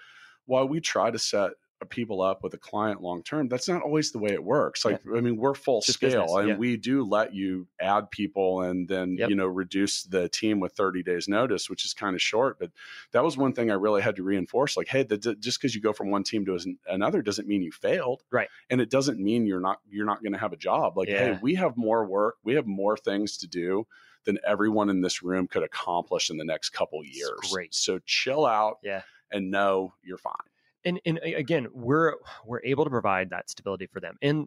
while we try to set people up with a client long term that's not always the way it works like i mean we're full
It's just
scale
business,
and
yeah.
we do let you add people and then
Yep.
you know reduce the team with 30 days notice which is kind of short but that was one thing i really had to reinforce like hey the, just because you go from one team to as- another doesn't mean you failed
Right.
and it doesn't mean you're not you're not going to have a job like hey
Yeah.
we have more work we have more things to do than everyone in this room could accomplish in the next couple
It's
years.
great.
So chill out
Yeah.
and know you're fine.
and and a- again we're we're able to provide that stability for them and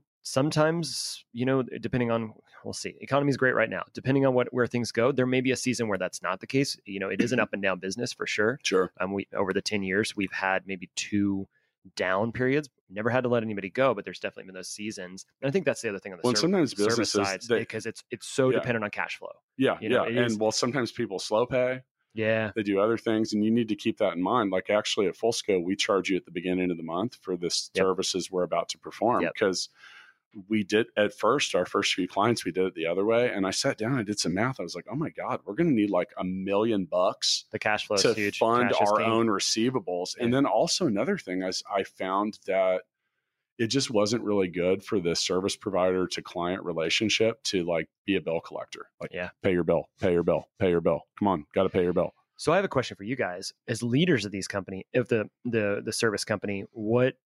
sometimes you know depending on we'll see economy's great right now depending on what where things go there may be a season where that's not the case you know it
Mm-hmm.
is an up and down business for sure
Sure.
um, we over the 10 years we've had maybe two down periods never had to let anybody go but there's definitely been those seasons and i think that's the other thing on the
Well, and
serv-
sometimes
service
businesses,
side
they-
because it's it's so
Yeah.
dependent on cash flow
Yeah,
You know, it
yeah.
is-
And well, sometimes people slow pay.
yeah
They do other things, and you need to keep that in mind. Like actually, at Full Scale, we charge you at the beginning of the month for the
Yep.
services we're about to perform
Yep.
because we did at first our first few clients we did it the other way, and I sat down, I did some math, I was like, oh my god, we're going to need like a million bucks
the cash flow
to
is huge
fund
Cash is
our
king.
own receivables. And
Yeah.
then also another thing is I found that it just wasn't really good for the service provider to client relationship to like be a bill collector. Like
Yeah.
pay your bill, pay your bill, pay your bill. Come on, gotta pay your bill.
So I have a question for you guys as leaders of these company, of the the the service company. What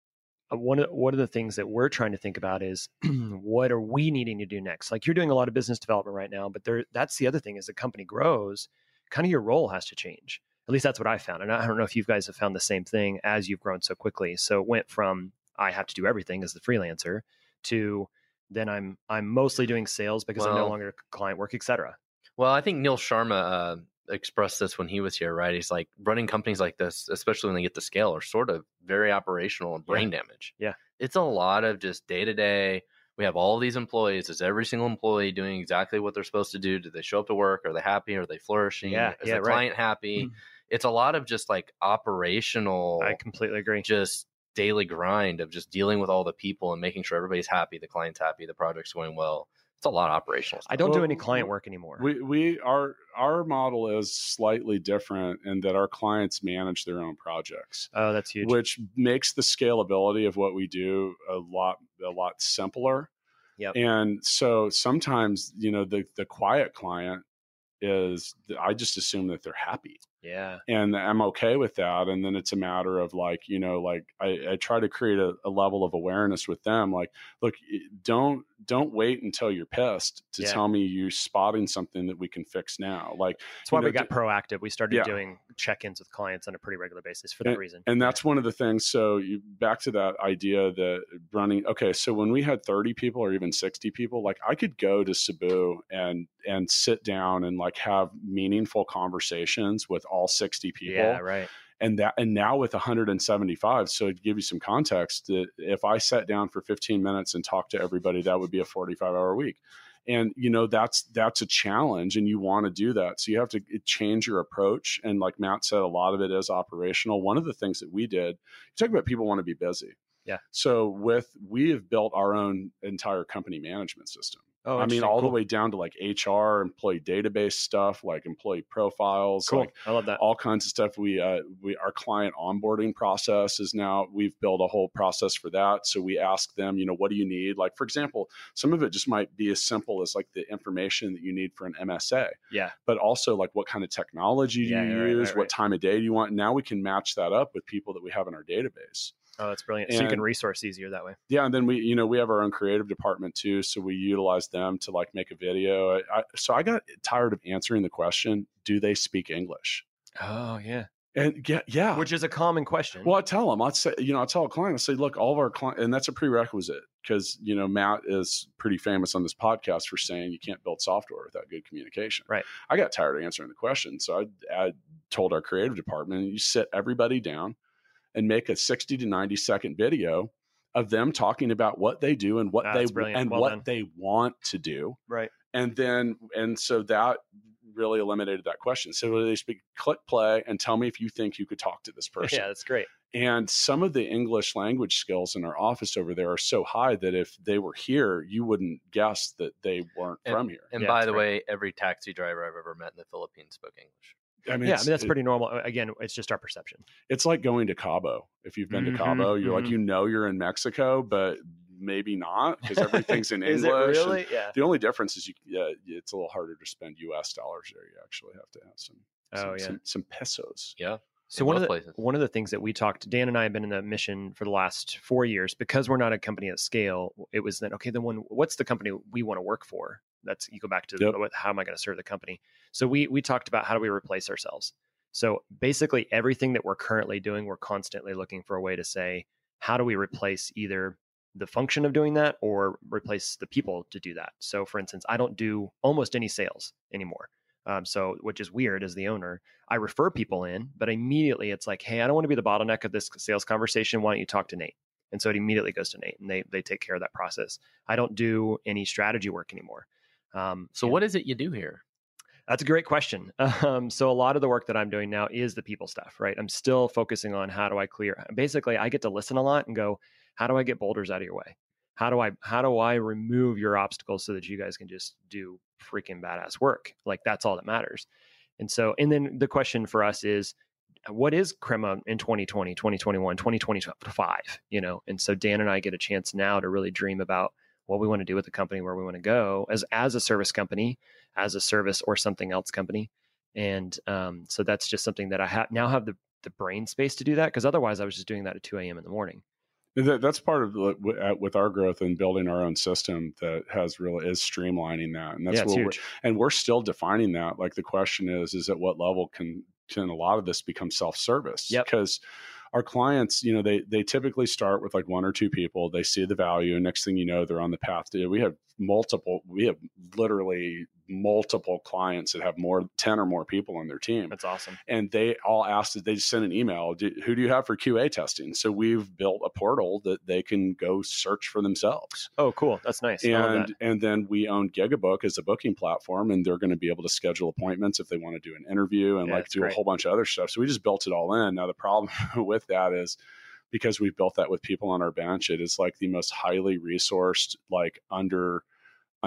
uh, one of one of the things that we're trying to think about is what are we needing to do next? Like you're doing a lot of business development right now, but there that's the other thing as the company grows, kind of your role has to change. At least that's what I found, and I don't know if you guys have found the same thing as you've grown so quickly. So it went from I have to do everything as the freelancer to then I'm I'm mostly doing sales because I'm no
Well-
longer client work, et cetera.
Well, I think Neil Sharma uh, expressed this when he was here, right? He's like running companies like this, especially when they get to scale, are sort of very operational and brain damage.
Yeah.
it's a lot of just day to day. We have all these employees. Is every single employee doing exactly what they're supposed to do? Do they show up to work? Are they happy? Are they flourishing?
Yeah,
is
yeah,
the
right. Mm.
client happy? It's a lot of just like operational,
I completely agree.
just daily grind of just dealing with all the people and making sure everybody's happy, the client's happy, the project's going well. It's a lot of operational.
I don't do
Well,
any client
we-
work anymore.
We we our our model is slightly different in that our clients manage their own projects.
oh, that's huge.
Which makes the scalability of what we do a lot a lot simpler.
Yep.
And so sometimes, you know, the the quiet client is I just assume that they're happy
yeah.
and I'm okay with that. And then it's a matter of like, you know, like I, I try to create a, a level of awareness with them. Like, look, y- don't don't wait until you're pissed to
Yeah.
tell me you're spotting something that we can fix now. Like,
That's why
you know,
we got
d-
proactive. We started
Yeah.
doing check-ins with clients on a pretty regular basis for that reason.
and that's one of the things. So you, back to that idea that running. Okay, so when we had 30 people or even 60 people, like I could go to Cebu and and sit down and like have meaningful conversations with all 60 people.
yeah, right.
and that and now with 175 so to give you some context that if i sat down for 15 minutes and talked to everybody that would be a 45 hour week and you know that's that's a challenge and you want to do that so you have to eh, change your approach and like matt said a lot of it is operational one of the things that we did you talk about people want to be busy
Yeah.
so with we have built our own entire company management system
Oh,
i mean
interesting.
all the
Cool.
way down to like hr employee database stuff like employee profiles
Cool.
like
I love that.
Uh, all kinds of stuff. We uh, we our client onboarding process is now we've built a whole process for that. So we ask them, you know, what do you need? Like for example, some of it just might be as simple as like the information that you need for an MSA,
yeah.
but also like what kind of technology do
Yeah,
you
yeah, right,
use,
right,
what
right.
time of day do you want. Now we can match that up with people that we have in our database.
Oh, that's brilliant. so you can
and-
resource easier that way.
Yeah, and then we, you know, we have our own creative department too, so we utilize them to like make a video. I, I, so I got tired of answering the question, "Do they speak English?"
Oh, yeah.
And yeah, yeah,
Which is a common question.
Well, I tell them, I say, you know, I tell a client, I say, look, all of our client, and that's a prerequisite because you know Matt is pretty famous on this podcast for saying you can't build software without good communication.
Right.
I got tired of answering the question, so I, I told our creative department, you sit everybody down and make a sixty to ninety second video of them talking about what they do and what
Ah,
they
that's brilliant.
and
Well
what
done.
they want to do
Right.
and then and so that really eliminated that question so they speak click play and tell me if you think you could talk to this person
Yeah, that's great.
and some of the English language skills in our office over there are so high that if they were here, you wouldn't guess that they weren't
And-
from here.
And
Yeah,
by
that's
the
right.
way, every taxi driver I've ever met in the Philippines spoke English.
I mean,
yeah, I
it's,
mean that's
it-
pretty normal. Uh, Again, it's just our perception.
it's like going to Cabo. If you've been
Mhm,
to Cabo, you're
mhm.
like, you know, you're in Mexico, but maybe not because everything's in
Is
English.
it
and
really? Yeah.
The only difference is you, yeah, it's a little harder to spend U.S. dollars there. You actually have to have some, some,
Oh, yeah.
some, some pesos.
Yeah.
So
in
one
both
of the
places.
one of the things that we talked, Dan and I have been in the mission for the last four years because we're not a company at scale. It was then okay. Then when what's the company we want to work for? That's you go back to
Yep.
what, how am I going to serve the company? So we we talked about how do we replace ourselves. So basically, everything that we're currently doing, we're constantly looking for a way to say how do we replace either the function of doing that or replace the people to do that. So, for instance, I don't do almost any sales anymore. Um, so, which is weird as the owner, I refer people in, but immediately it's like, hey, I don't want to be the bottleneck of this sales conversation. Why don't you talk to Nate? And so it immediately goes to Nate, and they they take care of that process. I don't do any strategy work anymore. Um,
So
and
what is it you do here?
That's a great question. Um, so a lot of the work that I'm doing now is the people stuff, right? I'm still focusing on how do I clear. uh, Basically, I get to listen a lot and go, how do I get boulders out of your way? How do I how do I remove your obstacles so that you guys can just do freaking badass work? Like that's all that matters. And so, and then the question for us is, what is crema in 2020 2021 2025 you know and so dan and i get a chance now to really dream about what we want to do with the company where we want to go as as a service company as a service or something else company and um, so that's just something that i have now have the the brain space to do that because otherwise i was just doing that at 2 a.m in the morning
And That, that's part of the- w- at- with our growth and building our own system that has really is streamlining that, and that's
yeah it's
what we're,
huge
and we're still defining that. Like the question is, is at what level can can a lot of this become self service?
Yep.
Because our clients, you know, they they typically start with like one or two people. They see the value, and next thing you know, they're on the path to. We have multiple. We have literally multiple clients that have more ten or more people on their team
that's awesome
and they all asked that they just sent an email "Do- who do you have for qa testing so we've built a portal that they can go search for themselves
oh cool that's nice I love
and and then we own gigabook as a booking platform and they're going to be able to schedule appointments if they want to do an interview and
Yeah,
like
that's
do a
great.
whole bunch of other stuff so we just built it all in now the problem with that is because we've built that with people on our bench it is like the most highly resourced like under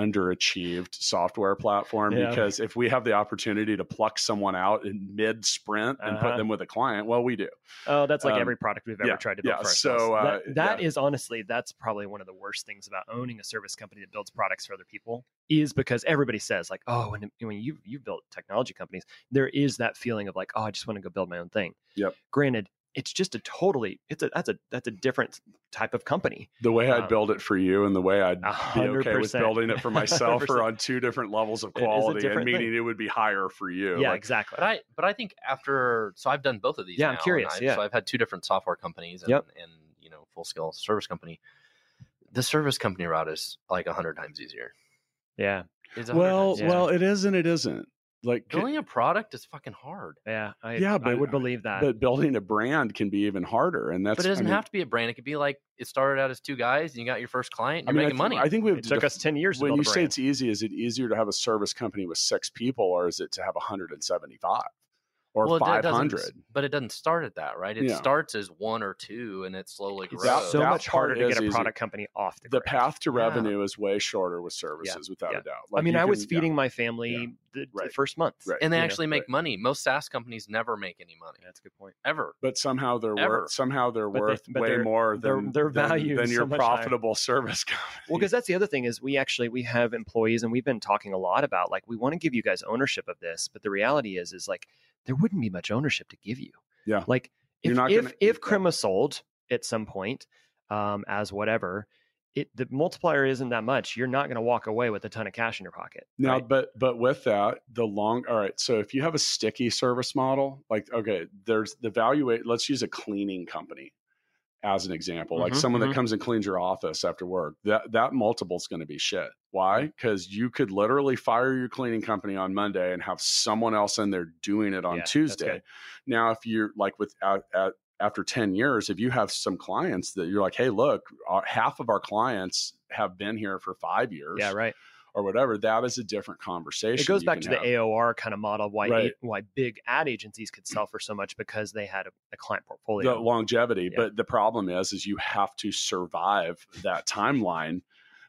underachieved software platform
Yeah.
because if we have the opportunity to pluck someone out in mid sprint and put
Uh-huh.
them with a client well we do
Oh, that's like
Um,
every product we've ever
yeah,
tried to build
yeah,
for
so,
ourselves. that
uh,
that is honestly that's probably one of the worst things about owning a service company that builds products for other people is because everybody says like, oh, when when you you built technology companies, there is that feeling of like, oh, I just want to go build my own thing.
Yep.
Granted, it's just a totally it's a that's a that's a different type of company.
the way i'd
Um,
build it for you and the way i'd
A
be
Ah, hundred
okay with
percent.
building it for myself or
100%.
on two different levels of
It is a
quality and
different
meaning
thing.
it would be higher for you
Yeah,
Like,
exactly.
But I but I think after so I've done both of these.
Yeah,
now,
I'm
and
curious,
I've-
yeah.
so I've had two different software companies and,
Yep.
and you know full scale service company. The service company route is like a hundred times easier.
yeah,
It's 100
well
times
Yeah.
easier.
well it is and it isn't like
building a product is fucking hard,
yeah. I,
Yeah,
I
but-
would believe that.
but building a brand can be even harder and that's
but it doesn't
I mean,
have to be a brand. It could be like it started out as two guys and you got your first
I
client. And
mean,
you're
I
making
think-
money.
i think we've
it took
def-
us ten years. to
when
build
you
a
say
brand.
it's easy is it easier to have a service company with six people or is it to have 175 or
Well, it doesn't-
500
but it doesn't start at that, right? It
Yeah.
starts as one or two, and it slowly
It's
grows.
that-
so
that
much harder
part
to
is
get a
easy.
product company off the
the
ground.
path to
Yeah.
revenue is way shorter with services without
yeah.
a doubt
I mean,
you
I was
can- yeah.
feeding my family the, the
right,
first month.
right.
and they
you know,
actually make money. Most SaaS companies never make any money
That's a good point.
ever.
but somehow they're
Ever.
worth somehow they're
But they-
worth
but
way
their-
more
their-
than
their
than-
value
than
is
your
so much higher.
profitable service company.
Well, because that's the other thing is we actually we have employees and we've been talking a lot about like we want to give you guys ownership of this, but the reality is is like there wouldn't be much ownership to give you.
Yeah.
Like if
You're not
if
gonna-
if Crema sold at some point um, as whatever, it the multiplier isn't that much. You're not going to walk away with a ton of cash in your pocket.
Now,
right?
but but with that, the long all right. So if you have a sticky service model, like okay, there's the value. Let's use a cleaning company as an example, like
Mhm,
someone
mhm.
that comes and cleans your office after work. That that multiple is going to be shit. Why? Because you could literally fire your cleaning company on Monday and have someone else in there doing it on
Yeah, that's
Tuesday.
good.
Now, if you're like with at, at after 10 years, if you have some clients that you're like, hey, look, our, half of our clients have been here for five years
yeah, right.
or whatever, that is a different conversation.
It goes
you
back
can
to
have.
the AOR kind of model of why
Right.
why big ad agencies could sell for so much because they had a, a client portfolio.
the longevity.
Yeah.
But the problem is, is you have to survive that timeline,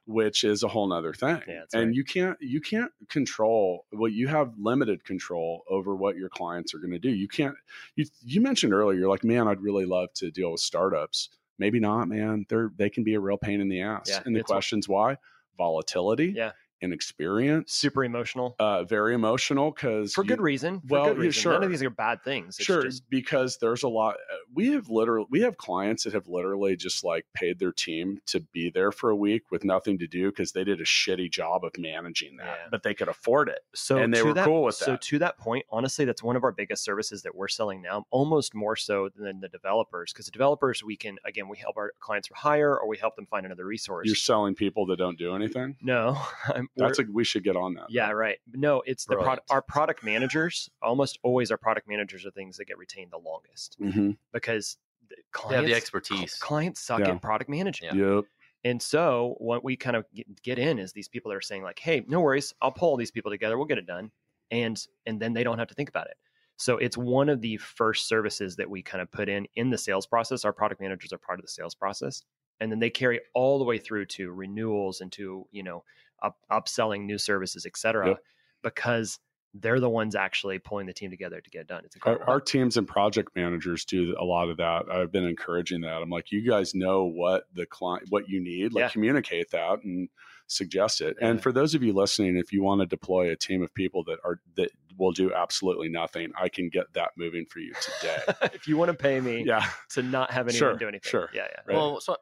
which is a whole nother thing.
Yeah, that's
and
right.
you can't you can't control well, you have limited control over what your clients are gonna do. You can't you you mentioned earlier, you're like, man, I'd really love to deal with startups. Maybe not, man. They're they can be a real pain in the ass.
Yeah,
and the
it's wha-
question's why? Volatility.
Yeah.
and experience.
Super emotional
Uh, very emotional because
for good reason. For
well,
good
yeah,
reason. None
sure.
of these are bad things. It's
sure
just-
because there's a lot uh, we have literally we have clients that have literally just like paid their team to be there for a week with nothing to do because they did a shitty job of managing that
Yeah.
but they could afford it
so
and they
to
were
that,
cool with
so
that.
to that point honestly that's one of our biggest services that we're selling now almost more so than the developers because the developers we can again we help our clients hire or we help them find another resource
you're selling people that don't do anything
no I'm, we're-
that's like we should get on that
Yeah, right. No, it's the
Brilliant.
product. Our product managers almost always our product managers are things that get retained the longest
mm-hmm.
because
They
the
have
clients
the expertise.
Oh, cl- clients suck
Yeah.
at product management,
Yeah.
yep
and so what we kind of get, get in is these people that are saying like, "Hey, no worries, I'll pull all these people together, we'll get it done," and and then they don't have to think about it. So it's one of the first services that we kind of put in in the sales process. Our product managers are part of the sales process, and then they carry all the way through to renewals and to you know up, upselling new services, et cetera,
Yep.
because they're the ones actually pulling the team together to get it done. It's
our,
incredible.
our teams and project managers do a lot of that i've been encouraging that i'm like you guys know what the client what you need like
Yeah.
communicate that and suggest it and
Yeah.
for those of you listening if you want to deploy a team of people that are that will do absolutely nothing i can get that moving for you today
if you want to pay me
yeah
to not have anyone
Sure,
do anything,
sure.
yeah, yeah.
Right.
Well, so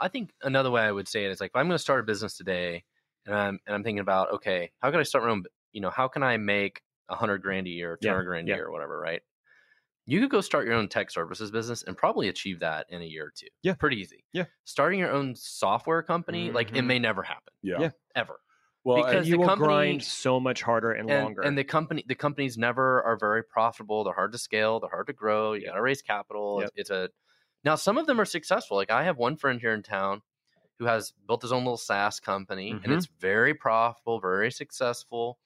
I think another way I would say it is like if I'm going to start a business today, and I'm and I'm thinking about okay, how can I start my own? b- You know, how can I make a hundred grand a year, two
Yeah,
hundred grand a
yeah.
year, or whatever? Right? You could go start your own tech services business and probably achieve that in a year or two.
Yeah.
pretty easy.
Yeah.
starting your own software company, like it
Mhm.
may never happen
yeah,
Yeah.
ever,
well
And
Because
and,
you
the
will
company-
grind so much harder and,
and,
longer.
and the company the companies never are very profitable. They're hard to scale. They're hard to grow. You got to raise capital.
Yep.
It's, it's a now some of them are successful. Like I have one friend here in town who has built his own little SaaS company and
Mhm.
it's very profitable, very successful.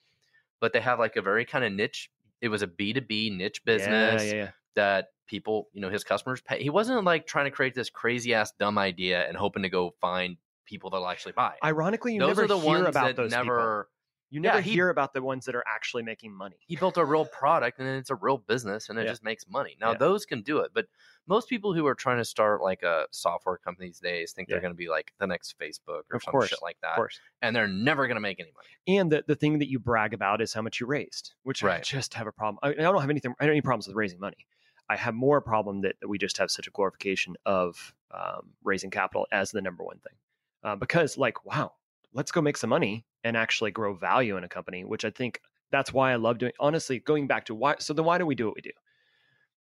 But they have like a very kind of niche. It was a B two B niche
Yeah,
business
yeah, yeah.
that people, you know, his customers pay. He wasn't like trying to create this crazy ass dumb idea and hoping to go find people that'll actually buy it.
Ironically, you
those
never
are the
hear
ones
about
that
those people.
never.
You
yeah,
never
he-
hear about the ones that are actually making money.
he built a real product and it's a real business and it
Yeah.
just makes money. Now
Yeah.
those can do it, but most people who are trying to start like a software company these days think they're
Yeah.
going to be like the next Facebook or
Of
some
course,
shit like
Of
that,
course.
and they're never going to make any money.
And the, the thing that you brag about is how much you raised, which I
Right.
just have a problem. I, I don't have anything. I don't have any problems with raising money. I have more problem that, that we just have such a glorification of um, raising capital as the number one thing, uh, because like wow, let's go make some money and actually grow value in a company, which I think that's why I love doing. Honestly, going back to why. So then why do we do what we do?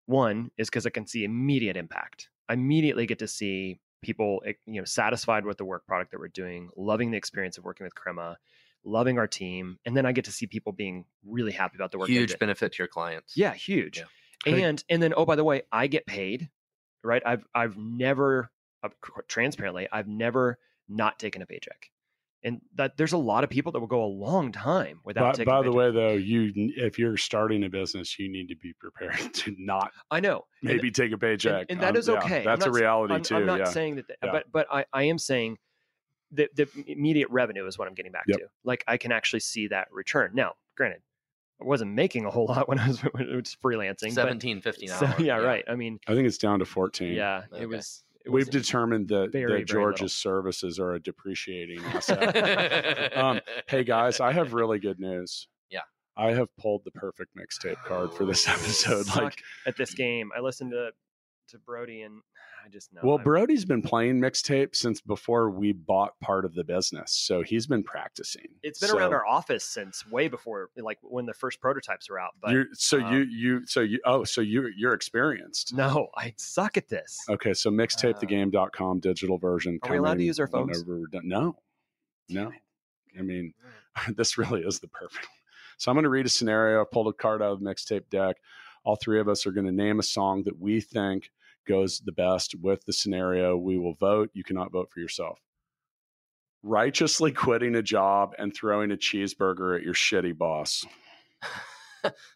One is because I can see immediate impact. I immediately get to see people, eh, you know, satisfied with the work product that we're doing, loving the experience of working with Crema, loving our team, and then I get to see people being really happy about the work. they
Huge
did.
benefit to your clients.
Yeah, huge.
Yeah.
Hey.
And and then oh by the way, I get paid, right? I've I've never uh, qu- transparently, I've never not taken a paycheck. And that there's a lot of people that will go a long time
by,
without taking
by
a
the
paycheck.
way though you if you're starting a business you need to be prepared to not
I know. And-
maybe take a paycheck
and that
Um,
is
yeah,
okay. I'm
that's
not
a
s-
reality
I'm,
too
I'm not
yeah
saying that, the-
Yeah.
but but I, I am saying that the immediate revenue is what I'm getting back
Yep.
to. Like I can actually see that return. Now, granted, I wasn't making a whole lot when I was, when I was freelancing.
seventeen fifty an
but, so,
hour.
yeah, right. I mean,
i think it's down to 14
yeah,
Okay.
it was. It
We've
was,
determined that,
very, very
that George's
little.
services are a depreciating asset. Um, hey guys, I have really good news.
Yeah.
I have pulled the perfect mixtape card for this
Ooh,
episode.
suck
Like,
at this game. I listened to to Brody and I just know.
well,
I-
Brody's been playing mixtape since before we bought part of the business, so he's been practicing.
It's been
So
around our office since way before, like when the first prototypes were out. But
you're, so
um,
you you so you oh so you you're experienced.
no, I suck at this.
Okay, so mixtapethegame.com digital version.
Uh, Are we allowed to
coming
use our phones?
whenever we're done. No, no. I mean, this really is the perfect. So I'm going to read a scenario. I pulled a card out of the mixtape deck. All three of us are going to name a song that we think goes the best with the scenario. We will vote. You cannot vote for yourself. Righteously quitting a job and throwing a cheeseburger at your shitty boss.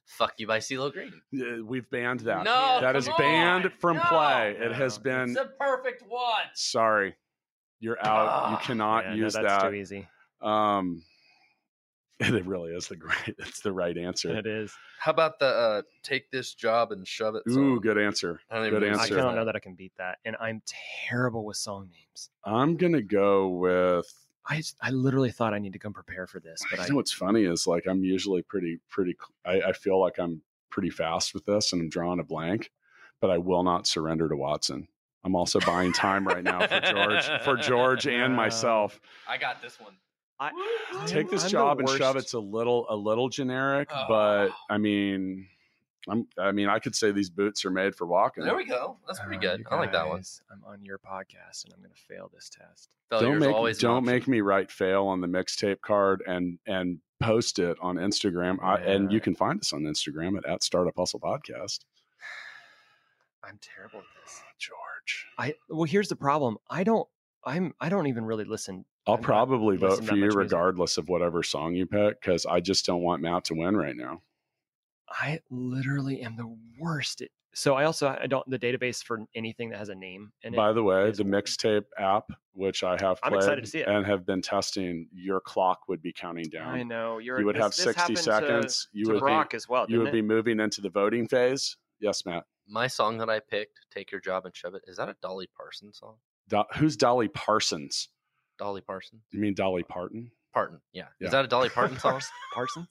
Fuck you by CeeLo Green.
Uh, We've banned that.
No,
that is
come
banned
on.
from
No.
play. It
No,
has been
It's a perfect one.
sorry you're out
Ah,
you cannot
Yeah, no,
use
that's too e easy.
that um it really is the great it's the right answer
It is.
How about the uh, take this job and shove it?
ooh good answer
I don't
good
know if
I
answer.
it's-
cannot know that I can beat that, and I'm terrible with song names.
i'm gonna go with
I, I literally thought I need to come prepare for this, but I,
you know what's funny is like I'm usually pretty pretty. I, I feel like I'm pretty fast with this, and I'm drawing a blank, but I will not surrender to Watson. I'm also buying time right now for George, for George and
Wow.
myself.
I got this one.
I-
Woo!
Take this
I'm the
job and shove
worst. Ah.
it's a little a little generic, but
Oh.
I mean, I'm I mean I could say these boots are made for walking.
There we go. That's pretty
Oh,
good.
you
I like that one.
guys, I'm on your podcast and I'm going to fail this test.
don't
Failure's
make
always an
don't
option.
make me write fail on the mixtape card and and post it on Instagram. I, and
Yeah.
you can find us on Instagram at, at Startup Hustle Podcast.
I'm terrible at this.
George,
I well, here's the problem. I don't. I'm. I don't even really listen.
I'll
I'm not
probably vote
listening
for
that
you
much music.
regardless of whatever song you pick because I just don't want Matt to win right now.
I literally am the worst. At, so I also I don't the database for anything that has a name in it.
By the way,
is-
the mixtape app, which I have
I'm
played
excited to see it.
and have been testing, your clock would be counting
I
down.
know you're.
You would
this-
have
this
60
happened to-
seconds. you
To,
would
Brock
be,
as well.
you would
didn't
be
it?
moving into the voting phase. Yes, Matt.
my song that I picked, "Take Your Job and Shove It." Is that a Dolly Parton song?
Do- who's Dolly Parsons?
Dolly Parton.
You mean Dolly Parton?
Parton. Yeah.
Yeah.
Is that a Dolly Parton song?
Pars- Parsons.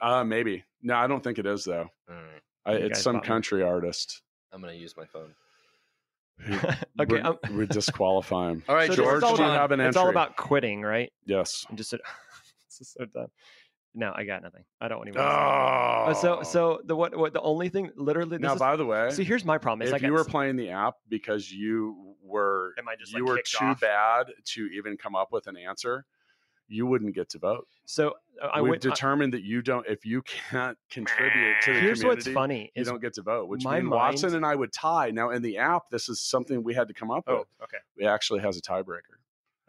Uh, maybe. No, I don't think it is though.
All right.
I,
You
it's
guys
some
bought me.
country artist.
I'm gonna use my phone.
okay. um
we,
I'm-
we disqualify him.
All right,
So this is
George,
all
do you
about-
have an
it's
entry?
all about quitting, right?
yes.
I'm just. this is so dumb. No, I got nothing. I don't want to.
Oh.
Uh, so so the what what the only thing literally this
now,
is,
by the way,
so here's my problem is
if
like
you were playing the app because you were
Am I just,
you
like,
were
kicked
too
off?
bad to even come up with an answer, you wouldn't get to vote.
so uh, I
We've
went I-
determined that you don't if you can't contribute to the
here's what's
community,
funny
You
is
don't get to vote, which
my
means Watson
mind-
and I would tie. Now in the app, this is something we had to come up
oh
with.
okay
It actually has a tiebreaker.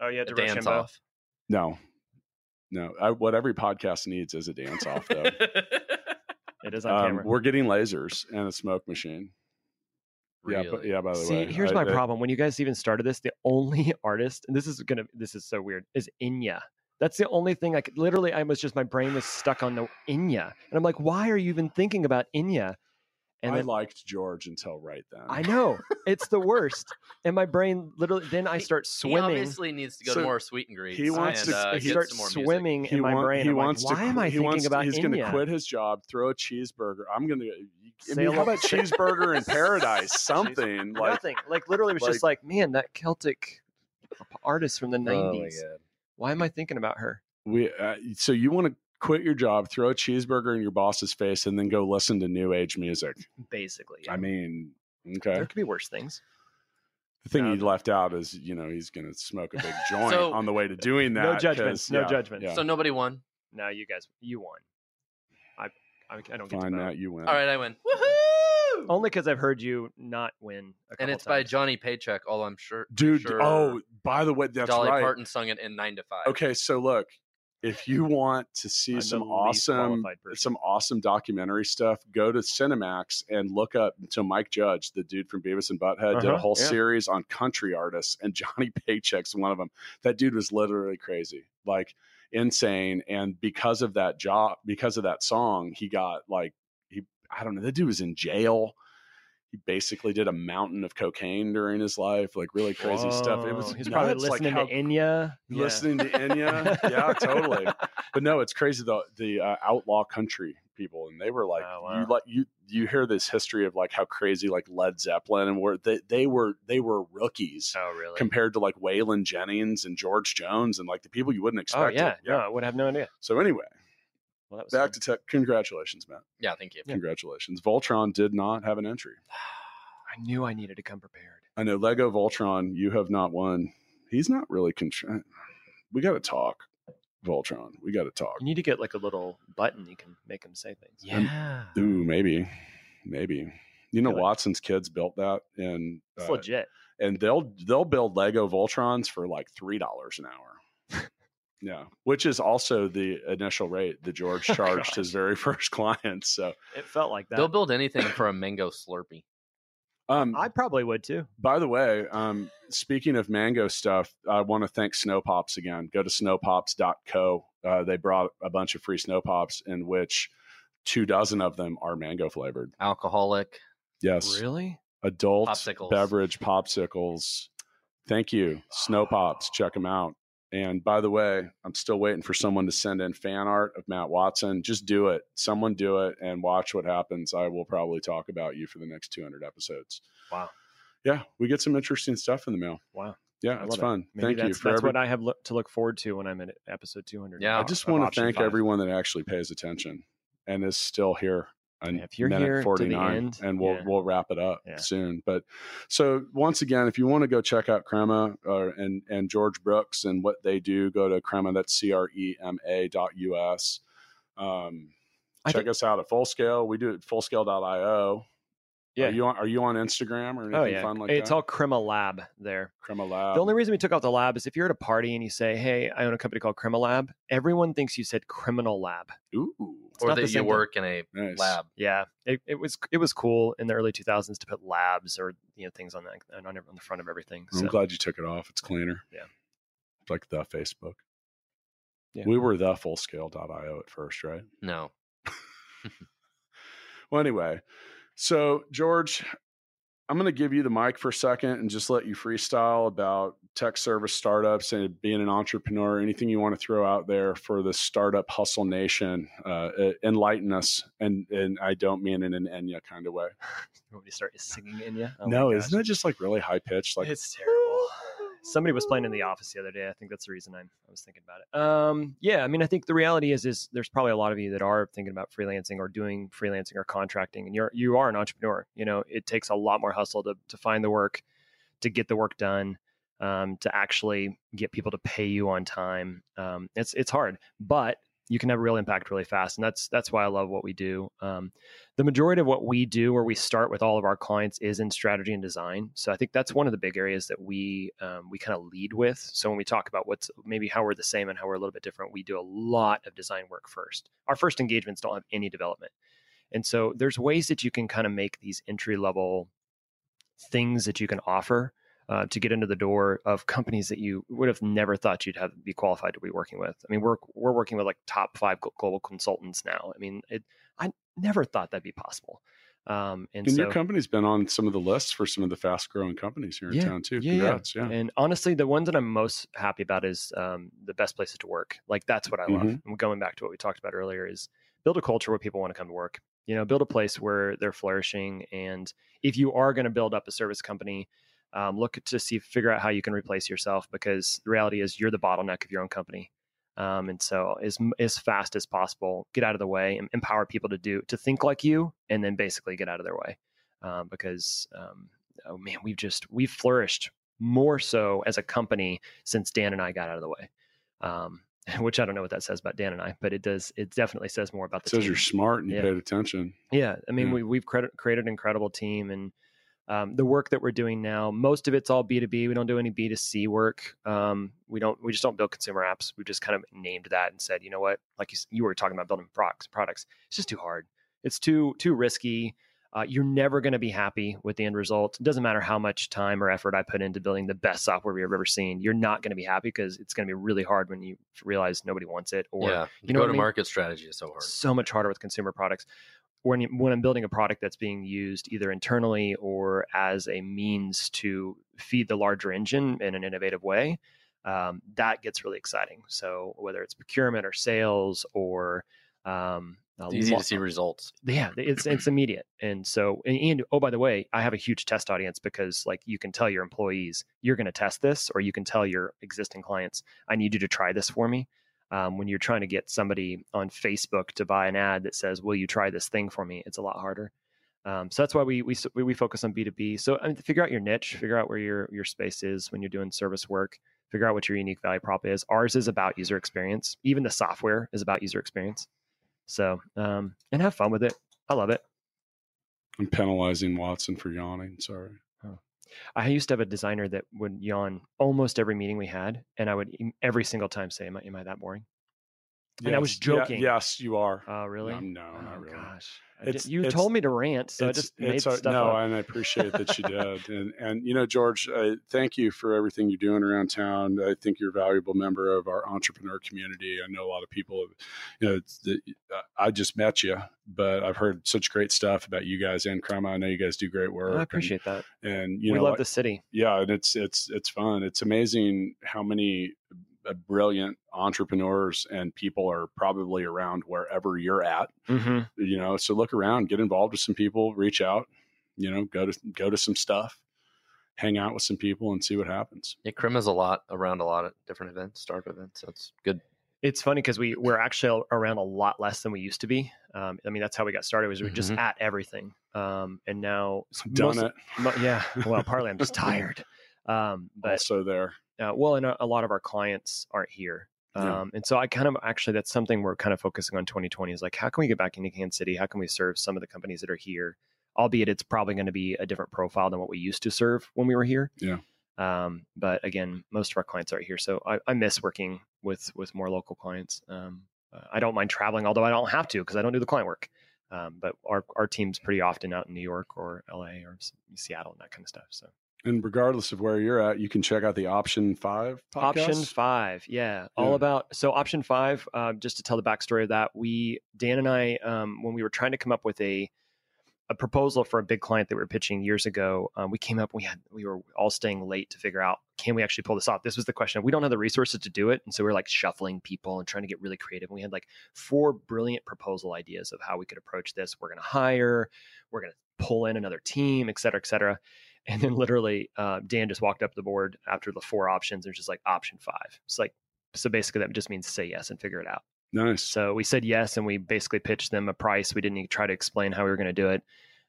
oh you had
A
to
dance off.
No, no. I, what every podcast needs is a dance off, though.
it is on
um,
camera
we're getting lasers and a smoke machine. Yeah, but,
Really?
yeah. By the
see
way,
here's
I-
my
I-
problem when you guys even started this the only artist and this is gonna this is so weird is Inya that's the only thing I could literally I was just my brain was stuck on the Inya and I'm like why are you even thinking about Inya and
I
then
liked George until right then.
I know it's the worst and my brain literally then I start
He
swimming
obviously needs to go
So,
to more sweet and greets.
he wants
and,
to-
uh,
he
it
get
starts
starts
some more music.
swimming in my
want-
brain.
He
I'm like,
wants to.
why am
qu-
I
he
thinking
wants to-
about
He's
Inya?
to quit his job, throw a cheeseburger. I'm going to. I mean,
Sail
how
on-
about cheeseburger in paradise? Something like
Nothing. Like literally, it was just like, man, that Celtic artist from the '90s. why am I thinking about her?
we. Uh, so you want to quit your job, throw a cheeseburger in your boss's face, and then go listen to new age music?
Basically,
I mean, okay.
there could be worse things.
The thing he
Yeah.
left out is, you know, he's going to smoke a big joint
So-
on the way to doing that.
No judgments,
'cause-
no
yeah,
judgments.
Yeah.
So nobody won.
No, you guys, you won. I, I, I don't get to
Fine,
vote.
Matt, you win.
All right, I win. Woohoo!
Only because I've heard you not win. A
and
couple
it's by
times.
Johnny Paycheck. Although I'm sure,
Dude,
sure
oh, by the way, that's
Dolly
right.
Parton sung it in Nine to Five.
Okay, so look, if you want to see
I'm the
some
least
awesome
qualified person.
some awesome documentary stuff, go to Cinemax and look up so Mike Judge, the dude from Beavis and Butthead, did a
Uh-huh,
whole
yeah.
series on country artists and Johnny Paycheck's one of them. That dude was literally crazy. Like insane and because of that job because of that song he got like he I don't know that dude was in jail he basically did a mountain of cocaine during his life like really crazy stuff it was
Whoa, He's probably
nuts, like,
listening
how
to Inya. Yeah.
listening to Enya. yeah, totally. But no, it's crazy though. The uh, outlaw country people, and they were like,
Oh,
you
wow.
like you you hear this history of like how crazy like Led Zeppelin and where they they were they were rookies
Oh really?
compared to like Waylon Jennings and George Jones and like the people you wouldn't
oh
expect.
yeah.
it.
No, I would have no idea.
So anyway,
Well, that was
back
fun.
to tech. Congratulations, Matt.
Yeah, thank you.
Congratulations. Voltron did not have an entry.
I knew I needed to come prepared.
I know Lego Voltron. You have not won. He's not really contr We got to talk, Voltron. We got to talk.
You need to get like a little button you can make him say things.
Yeah.
Ooh, maybe, maybe. You know,
Really?
Watson's kids built that, and
It's
uh,
legit.
and they'll they'll build Lego Voltrons for like three dollars an hour. yeah, which is also the initial rate that George
Oh,
charged
gosh.
his very first clients. So,
It felt like that.
They'll build anything for a mango Slurpee.
um,
I probably would too.
by the way, um, speaking of mango stuff, I want to thank Snow Pops again. Go to snowpops.co. Uh, they brought a bunch of free snow pops, in which two dozen of them are mango flavored.
Alcoholic.
Yes.
Really?
adult
Popsicles.
beverage popsicles. Thank you, Snow Pops. Check them out. And by the way, I'm still waiting for someone to send in fan art of Matt Watson. Just do it. Someone do it and watch what happens. I will probably talk about you for the next 200 episodes.
Wow.
Yeah, we get some interesting stuff in the mail.
Wow.
Yeah,
I
it's
love it.
fun.
Maybe
Thank
that's,
you for
that's
every-
what I have lo- to look forward to when I'm at episode 200.
Yeah,
I
of-
just
of
want to
Oh, option
thank
five.
everyone that actually pays attention and is still here. on
Yeah, if you're
minute
here to the
49,
end,
and we'll
yeah.
we'll wrap it up
Yeah.
soon. But so once again, if you want to go check out Crema or, and and George Brooks and what they do, go to Crema. That's c r e m a dot u s. Um,
I
check
think-
us out at Full Scale. We do it at fullscale.io.
Yeah.
Are you on, are you on Instagram or anything
Oh yeah,
fun like Oh.
it's
that?
all Crema Lab there.
Crema Lab.
the only reason we took out the lab is if you're at a party and you say, "Hey, I own a company called Crema Lab," everyone thinks you said Criminal Lab.
Ooh,
not
or
the
that
same
you
thing.
work in a
nice.
lab.
Yeah, it, it was it was cool in the early 2000s to put labs or you know things on that on, on the front of everything.
I'm
So,
glad you took it off. It's cleaner.
Yeah.
It's like the Facebook.
Yeah.
We were the fullscale.io at first, right?
No.
Well, anyway, so George, I'm going to give you the mic for a second and just let you freestyle about tech service startups and being an entrepreneur. Anything you want to throw out there for the startup hustle nation, uh, e- enlighten us. And and I don't mean in an Enya kind of way.
you want me to start singing in Oh you?
no, isn't it just like really high pitched? Like
it's terrible. Somebody was playing in the office the other day. I think that's the reason I'm I was thinking about it. Um, yeah, I mean, I think the reality is is there's probably a lot of you that are thinking about freelancing or doing freelancing or contracting, and you're you are an entrepreneur. You know, it takes a lot more hustle to to find the work, to get the work done, um, to actually get people to pay you on time. Um, it's it's hard, but you can have a real impact really fast, and that's that's why I love what we do. Um, the majority of what we do or we start with all of our clients is in strategy and design so i think that's one of the big areas that we um, we kind of lead with so when we talk about what's maybe how we're the same and how we're a little bit different we do a lot of design work first our first engagements don't have any development and so there's ways that you can kind of make these entry level things that you can offer uh, to get into the door of companies that you would have never thought you'd have be qualified to be working with. I mean, we're we're working with like top five glo- global consultants now. I mean, it, I never thought that'd be possible. Um, and,
And
so,
your company's been on some of the lists for some of the fast growing companies here in
Yeah.
town too.
Yeah, yeah.
Congrats. Yeah.
And honestly, the ones that I'm most happy about is um, the best places to work. Like that's what I love.
Mhm.
And going back to what we talked about earlier is build a culture where people want to come to work. You know, build a place where they're flourishing. And if you are going to build up a service company, um, look to see figure out how you can replace yourself because the reality is you're the bottleneck of your own company. Um, and so as m- as fast as possible, get out of the way and empower people to do to think like you, and then basically get out of their way um, because. Um, Oh man, we've just we've flourished more so as a company since Dan and I got out of the way. Um, which I don't know what that says about Dan and I, but it does. It definitely says more about the
It says
team.
you're smart and you
Yeah.
paid attention.
Yeah, I mean,
Yeah.
we, we've credit, created an incredible team, and um, the work that we're doing now, most of it's all B two B. We don't do any B two C work. Um, we don't. We just don't build consumer apps. We just kind of named that and said, you know what? Like you, s- you were talking about building products. Products. It's just too hard. It's too too risky. Uh, you're never going to be happy with the end result. It doesn't matter how much time or effort I put into building the best software we've ever seen. You're not going to be happy because it's going to be really hard when you realize nobody wants it or
yeah.
you know
go
what I
to
mean?
market strategy is so hard.
so much harder with consumer products. When, you, when I'm building a product that's being used either internally or as a means to feed the larger engine in an innovative way, um, that gets really exciting. So whether it's procurement or sales or um, a
It's easy
lo-
to see results.
yeah it's it's immediate and so and, and oh by the way i have a huge test audience because like you can tell your employees you're going to test this or you can tell your existing clients i need you to try this for me um, when you're trying to get somebody on facebook to buy an ad that says will you try this thing for me it's a lot harder um, so that's why we, we s- we we focus on b2b so I mean, figure out your niche figure out where your your space is when you're doing service work figure out what your unique value prop is ours is about user experience even the software is about user experience so, um, and have fun with it. I love it.
I'm penalizing Watson for yawning. Sorry.
I used to have a designer that would yawn almost every meeting we had, and I would em- every single time say, "Am I, am I that boring?" And I was
Yeah,
joking.
yes, you are.
Oh, really?
Um, no,
oh
not really.
gosh, I
It's-
just- you
it's-
told me to rant, so I
It's-
just made
it's a-
stuff
no,
up.
and I appreciate that you did. And and you know, George, uh, thank you for everything you're doing around town. I think you're a valuable member of our entrepreneur community. I know a lot of people. have- You know, it's the, uh, I just met you, but I've heard such great stuff about you guys and Crema. I know you guys do great work.
Oh, I
and-
appreciate that.
And, you
we
know,
love the city.
yeah and it's it's it's fun it's amazing how many uh, brilliant entrepreneurs and people are probably around wherever you're at.
Mm-hmm.
You know, so look around, get involved with some people, reach out. You know, go to go to some stuff, hang out with some people, and see what happens.
Yeah, Krim is a lot around a lot of different events, startup events. That's good.
It's funny because we we're actually around a lot less than we used to be. Um, I mean, that's how we got started. Was we were just
Mhm.
at everything, um, and now
Done
most-
it.
mo- yeah. Well, partly I'm just tired. Um, but
also there.
uh, well, and a, a lot of our clients aren't here. Um,
Yeah.
And so I kind of actually, that's something we're kind of focusing on 2020 is like, how can we get back into Kansas City? How can we serve some of the companies that are here? Albeit it's probably going to be a different profile than what we used to serve when we were here.
Yeah.
Um, but again, most of our clients aren't here. So I, I miss working with, with more local clients. Um, uh, I don't mind traveling, although I don't have to, cause I don't do the client work. Um, but our, our team's pretty often out in New York or LA or s- Seattle and that kind of stuff. So
And regardless of where you're at, you can check out the Option Five podcast.
Option five, yeah, all
Yeah.
about. So option five, uh, just to tell the backstory of that, we Dan and I, um, when we were trying to come up with a a proposal for a big client that we were pitching years ago, um, we came up. We had we were all staying late to figure out can we actually pull this off. This was the question. We don't have the resources to do it, and so we were like shuffling people and trying to get really creative. And we had like four brilliant proposal ideas of how we could approach this. We're going to hire. We're going to pull in another team, et cetera, et cetera. And then literally, uh, Dan just walked up to the board after the four options and was just like option five. It's like, so basically, that just means say yes and figure it out.
Nice.
So we said yes, and we basically pitched them a price. We didn't even try to explain how we were going to do it.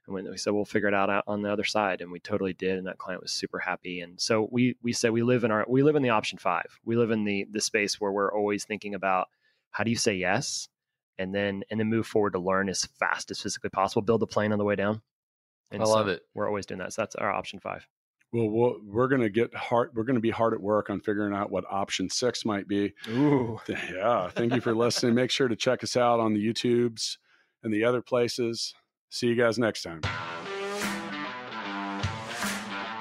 And when we said we'll figure it out out on the other side, and we totally did, and that client was super happy. And so we we said we live in our we live in the option five. We live in the the space where we're always thinking about how do you say yes, and then and then move forward to learn as fast as physically possible. Build the plane on the way down.
I love it.
We're always doing that. So that's our option five.
Well, we'll we're gonna get hard. We're gonna be hard at work on figuring out what Option Six might be.
Ooh.
Yeah. Thank you for listening. Make sure to check us out on the YouTubes and the other places. See you guys next time.